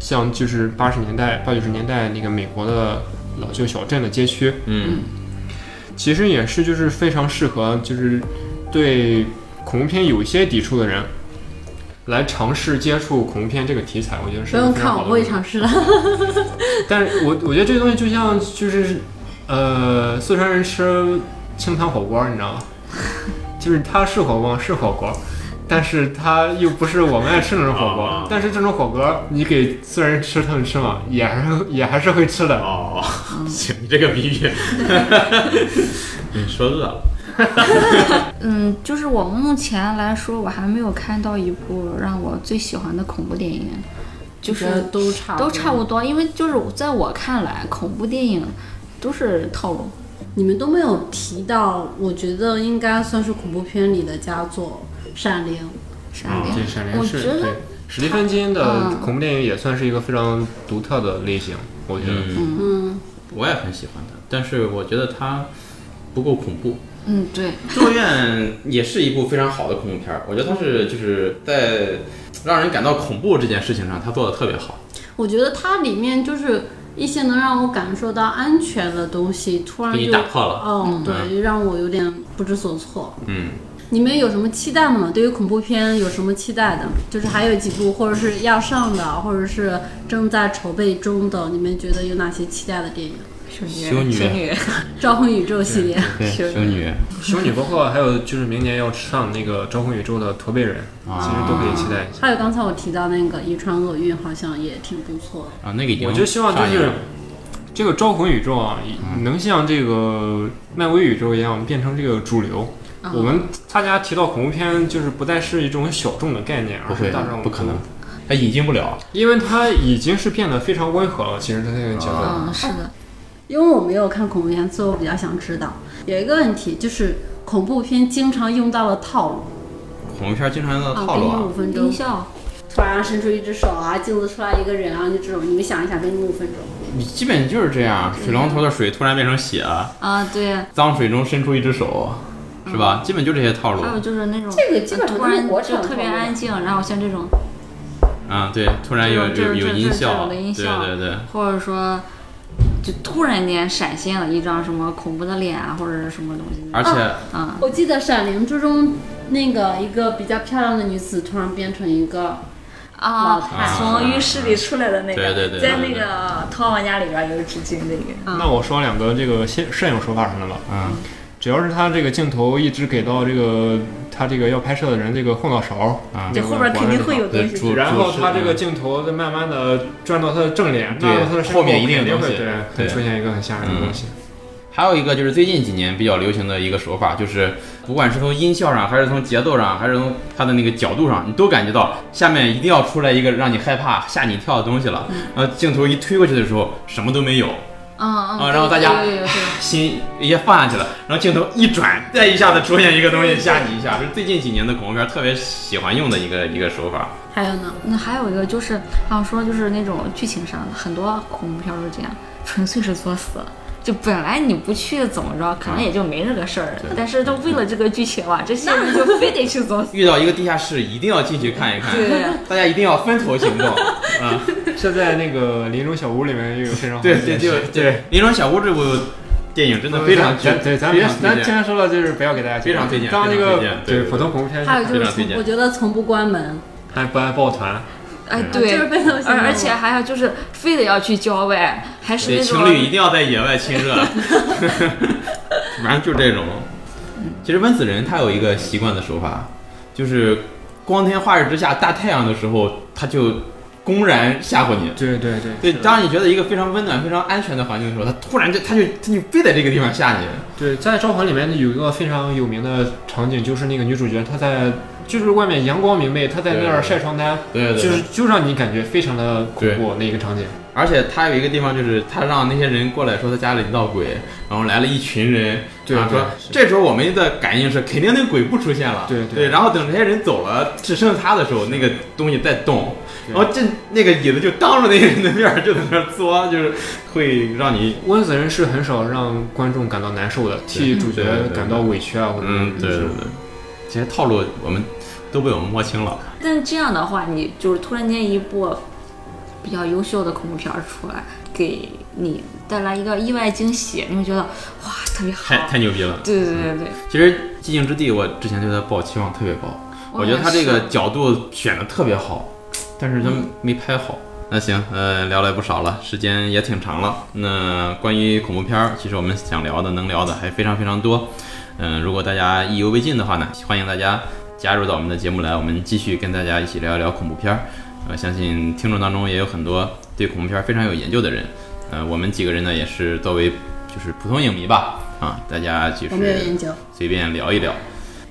Speaker 3: 像就是八十年代、八九十年代那个美国的老旧小镇的街区，
Speaker 1: 嗯
Speaker 3: 其实也是就是非常适合就是对恐怖片有一些抵触的人来尝试接触恐怖片这个题材，我觉得是
Speaker 4: 嗯
Speaker 2: 不用
Speaker 3: 非常
Speaker 2: 看，
Speaker 3: 好
Speaker 2: 我
Speaker 3: 的
Speaker 2: 不会尝试 了。
Speaker 3: 但是我我觉得这个东西就像就是呃四川人吃清汤火锅，你知道吗？就是它是火锅是火锅，但是它又不是我们爱吃那种火锅。
Speaker 1: 哦
Speaker 3: 但是这种火锅你给四川人吃，他们吃嘛，也还是也还是会吃的。
Speaker 1: 哦， 行，你这个比喻， 你说饿了。
Speaker 4: 嗯，就是我目前来说，我还没有看到一部让我最喜欢的恐怖电影，就
Speaker 2: 觉得
Speaker 4: 是
Speaker 2: 都差
Speaker 4: 都差
Speaker 2: 多。
Speaker 4: 不多，因为就是在我看来，恐怖电影都是套路。
Speaker 2: 你们都没有提到，我觉得应该算是恐怖片里的佳作《闪灵》。
Speaker 1: 嗯
Speaker 4: 闪
Speaker 1: 啊
Speaker 4: 灵，
Speaker 3: 对，闪灵
Speaker 4: 我
Speaker 3: 是
Speaker 4: 觉得
Speaker 3: 对史蒂芬金的
Speaker 4: 嗯
Speaker 3: 恐怖电影也算是一个非常独特的类型，我觉得。
Speaker 1: 嗯，
Speaker 2: 嗯，
Speaker 1: 我也很喜欢他，但是我觉得他不够恐怖。
Speaker 5: 嗯，对，
Speaker 1: 咒怨也是一部非常好的恐怖片儿，我觉得它是就是在让人感到恐怖这件事情上，它做的特别好。
Speaker 2: 我觉得它里面就是一些能让我感受到安全的东西，突然
Speaker 1: 给
Speaker 2: 就
Speaker 1: 你打破了
Speaker 2: 嗯，
Speaker 1: 嗯
Speaker 2: 对，就让我有点不知所措。
Speaker 1: 嗯，
Speaker 2: 你们有什么期待吗？对于恐怖片有什么期待的？就是还有几部，或者是要上的，或者是正在筹备中的，你们觉得有哪些期待的电影？
Speaker 5: 修
Speaker 1: 修女
Speaker 5: 女，修 女，
Speaker 2: 《招魂宇宙》系列，
Speaker 1: 对
Speaker 5: 修
Speaker 1: 修女
Speaker 3: 修女，包括还有就是明年要上那个《招魂宇宙》的驼背人，
Speaker 1: 啊
Speaker 3: 其实都可以期待一下。
Speaker 2: 还有刚才我提到那个《遗传厄运》，好像也挺不错的。
Speaker 1: 啊，那个已经
Speaker 3: 我就希望就
Speaker 1: 上映
Speaker 3: 是
Speaker 1: 了
Speaker 3: 这个《招魂宇宙》啊，
Speaker 1: 嗯
Speaker 3: 能像这个漫威宇宙一样变成这个主流。
Speaker 2: 嗯
Speaker 3: 我们大家提到恐怖片，就是不再是一种小众的概念，而
Speaker 1: 不
Speaker 3: 是
Speaker 1: 会
Speaker 3: 大众，
Speaker 1: 不可能，
Speaker 3: 嗯
Speaker 1: 它引进不了。
Speaker 3: 因为它已经是变得非常温和了。其实它这个角度，
Speaker 2: 啊
Speaker 5: 嗯，是的，
Speaker 2: 哦因为我没有看恐怖片，所以我比较想知道有一个问题，就是恐怖片经常用到了套路
Speaker 1: 恐怖片经常用的
Speaker 2: 啊，
Speaker 1: 套
Speaker 2: 给
Speaker 1: 路
Speaker 2: 你
Speaker 1: 啊
Speaker 3: 哦
Speaker 2: 五，分钟
Speaker 5: 音，效，
Speaker 2: 突然伸出一只手啊，镜子出来一个人啊，就这种，你们想一想，给你们五分钟。
Speaker 1: 你基本就是这样。水龙头的水突然变成血啊，
Speaker 5: 啊，对，
Speaker 1: 脏水中伸出一只手，是
Speaker 3: 嗯
Speaker 1: 吧？基本就这些套路
Speaker 5: 还。有就是那种
Speaker 2: 这个基本上
Speaker 5: 突
Speaker 2: 都是
Speaker 5: 然
Speaker 2: 国
Speaker 5: 就
Speaker 2: 产
Speaker 5: 特别
Speaker 2: 套路
Speaker 5: 安静，然后像这种
Speaker 1: 啊，对，突然有
Speaker 5: 这
Speaker 1: 有
Speaker 5: 种这
Speaker 1: 有
Speaker 5: 种
Speaker 1: 音
Speaker 5: 这
Speaker 1: 效，
Speaker 5: 种的
Speaker 1: 对
Speaker 5: 音效
Speaker 1: 对对，
Speaker 5: 或者说就突然间闪现了一张什么恐怖的脸啊，或者是什么东西，
Speaker 1: 而
Speaker 3: 哦
Speaker 1: 且
Speaker 5: 啊，
Speaker 2: 我记得《闪灵》之中，那个一个比较漂亮的女子突然变成一个，老
Speaker 5: 啊，
Speaker 1: 太
Speaker 5: 从浴室里出来的那
Speaker 1: 对
Speaker 5: 个，
Speaker 1: 对对对
Speaker 5: 在
Speaker 1: 对
Speaker 5: 那个逃亡家里边有纸巾那个，
Speaker 2: 嗯
Speaker 3: 那我说两个这个现摄影手法上的吧。
Speaker 1: 嗯，
Speaker 3: 只要是他这个镜头一直给到这个他这个要拍摄的人这个后脑勺
Speaker 1: 啊，
Speaker 3: 这
Speaker 2: 这
Speaker 3: 个
Speaker 2: 后边肯定会有东
Speaker 1: 对
Speaker 2: 西。
Speaker 1: 主
Speaker 3: 然后
Speaker 1: 主
Speaker 3: 他这个镜头再慢慢的转到他的正
Speaker 1: 嗯
Speaker 3: 脸，
Speaker 1: 对
Speaker 3: 转到他的身
Speaker 1: 后面一定有
Speaker 3: 肯定
Speaker 1: 东
Speaker 3: 会
Speaker 1: 西
Speaker 3: 对
Speaker 1: 对嗯
Speaker 3: 会出现一个很吓人的东西。
Speaker 1: 还有一个就是最近几年比较流行的一个手法，就是不管是从音效上，还是从节奏上，还是从它的那个角度上，你都感觉到下面一定要出来一个让你害怕、吓你一跳的东西
Speaker 3: 嗯
Speaker 1: 了。然后镜头一推过去的时候，什么都没有，
Speaker 5: 嗯
Speaker 1: 啊
Speaker 5: 嗯，
Speaker 1: 然后大家
Speaker 5: 对对对对
Speaker 1: 心一下放下去了，然后镜头一转，再一下子出现一个东西吓你一下，这是最近几年的恐怖片特别喜欢用的一个一个手法。
Speaker 2: 还有呢，
Speaker 5: 那还有一个就是，好像说就是那种剧情上的，很多恐怖片儿都是这样，纯粹是作死。就本来你不去怎么着，可能也就没这个事儿，但是就为了这个剧情嘛，这些人就非得去作 死。
Speaker 1: 遇到一个地下室，一定要进去看一看，
Speaker 5: 对，
Speaker 1: 大家一定要分头行动啊！
Speaker 3: 这在那个林中小屋里面又有非常好的
Speaker 1: 对对
Speaker 3: 解释
Speaker 1: 就对，《林中小屋》这部电影真的非常绝，
Speaker 3: 对，咱
Speaker 1: 非
Speaker 3: 别
Speaker 1: 常推
Speaker 3: 咱
Speaker 1: 荐
Speaker 3: 前面说了，就是不要给大家
Speaker 1: 非常推荐
Speaker 3: 当那
Speaker 1: 非常推
Speaker 3: 个
Speaker 1: 荐对对
Speaker 3: 普通恐怖片
Speaker 2: 还有就
Speaker 1: 非
Speaker 2: 是
Speaker 1: 常推
Speaker 2: 从
Speaker 1: 荐
Speaker 2: 我觉得从不关门，
Speaker 3: 还不爱抱团，
Speaker 5: 哎
Speaker 3: 嗯
Speaker 5: 对，
Speaker 2: 就是被动性
Speaker 5: 而而
Speaker 2: 而
Speaker 5: 且还要就是非得要去郊外，还是
Speaker 1: 对，
Speaker 5: 那
Speaker 1: 情
Speaker 5: 种
Speaker 1: 侣一定要在野外亲 热，反正就是这种。其实温子仁他有一个习惯的手法，就是光天化日之下大太阳的时候，他就公然吓唬你。
Speaker 3: 对对对
Speaker 1: 对，
Speaker 3: 是的
Speaker 1: 当你觉得一个非常温暖、非常安全的环境的时候，他突然就他就他就非在这个地方吓你。
Speaker 3: 对，在《招魂》里面有一个非常有名的场景，就是那个女主角她在就是外面阳光明媚，她在那
Speaker 1: 对对
Speaker 3: 儿
Speaker 1: 对
Speaker 3: 晒床单，
Speaker 1: 对对
Speaker 3: 就是就让你感觉非常的恐怖那个场景。
Speaker 1: 而且他有一个地方，就是他让那些人过来说他家里闹鬼，然后来了一群人，
Speaker 3: 啊对
Speaker 1: 然后说
Speaker 3: 对是
Speaker 1: 这时候我们的感应是肯定那鬼不出现了，
Speaker 3: 对
Speaker 1: 对
Speaker 3: 对
Speaker 1: 然后等这些人走了，只剩他的时候，那个东西在动，
Speaker 3: 对
Speaker 1: 然后这那个椅子就当着那个人的面儿就在那儿作，就是会让你
Speaker 3: 温子仁是很少让观众感到难受的，替主
Speaker 1: 对
Speaker 3: 角
Speaker 1: 对对
Speaker 3: 感到委屈啊，或者
Speaker 1: 嗯，对对对，这些套路我们都被我们摸清了。
Speaker 5: 但这样的话，你就是突然间一部比较优秀的恐怖片儿出来，给你带来一个意外惊喜，你会觉得哇特别好
Speaker 1: 太。太牛逼了！
Speaker 5: 对对对对，
Speaker 1: 其实《寂静之地》我之前对它抱期望特别高，我觉得他这个角度选的特别好，但是他没拍好。那行，呃，聊了也不少了，时间也挺长了。那关于恐怖片儿，其实我们想聊的、能聊的还非常非常多。嗯、如果大家意犹未尽的话呢，欢迎大家加入到我们的节目来，我们继续跟大家一起聊一聊恐怖片儿。呃，相信听众当中也有很多对恐怖片儿非常有研究的人。呃，我们几个人呢，也是作为就是普通影迷吧，啊，大家就是
Speaker 2: 我没有研究。
Speaker 1: 随便聊一聊。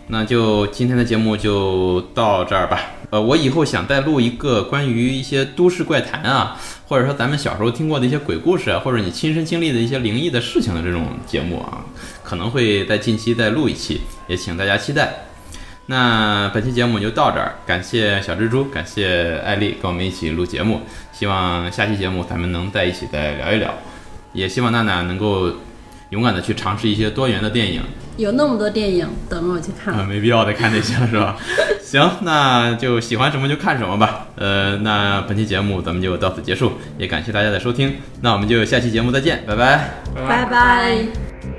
Speaker 1: 那就今天的节目就到这儿吧。呃，我以后想再录一个关于一些都市怪谈啊，或者说咱们小时候听过的一些鬼故事啊，或者你亲身经历的一些灵异的事情的这种节目啊，可能会在近期再录一期，也请大家期待。那本期节目就到这儿，感谢小蜘蛛，感谢艾丽跟我们一起录节目，希望下期节目咱们能在一起再聊一聊，也希望娜娜能够勇敢的去尝试一些多元的电影，
Speaker 2: 有那么多电影等着我去看。
Speaker 1: 啊，没必要再看那些了，是吧？ 行，那就喜欢什么就看什么吧。呃，那本期节目咱们就到此结束，也感谢大家的收听，那我们就下期节目再见，拜拜。
Speaker 3: 对
Speaker 2: 拜拜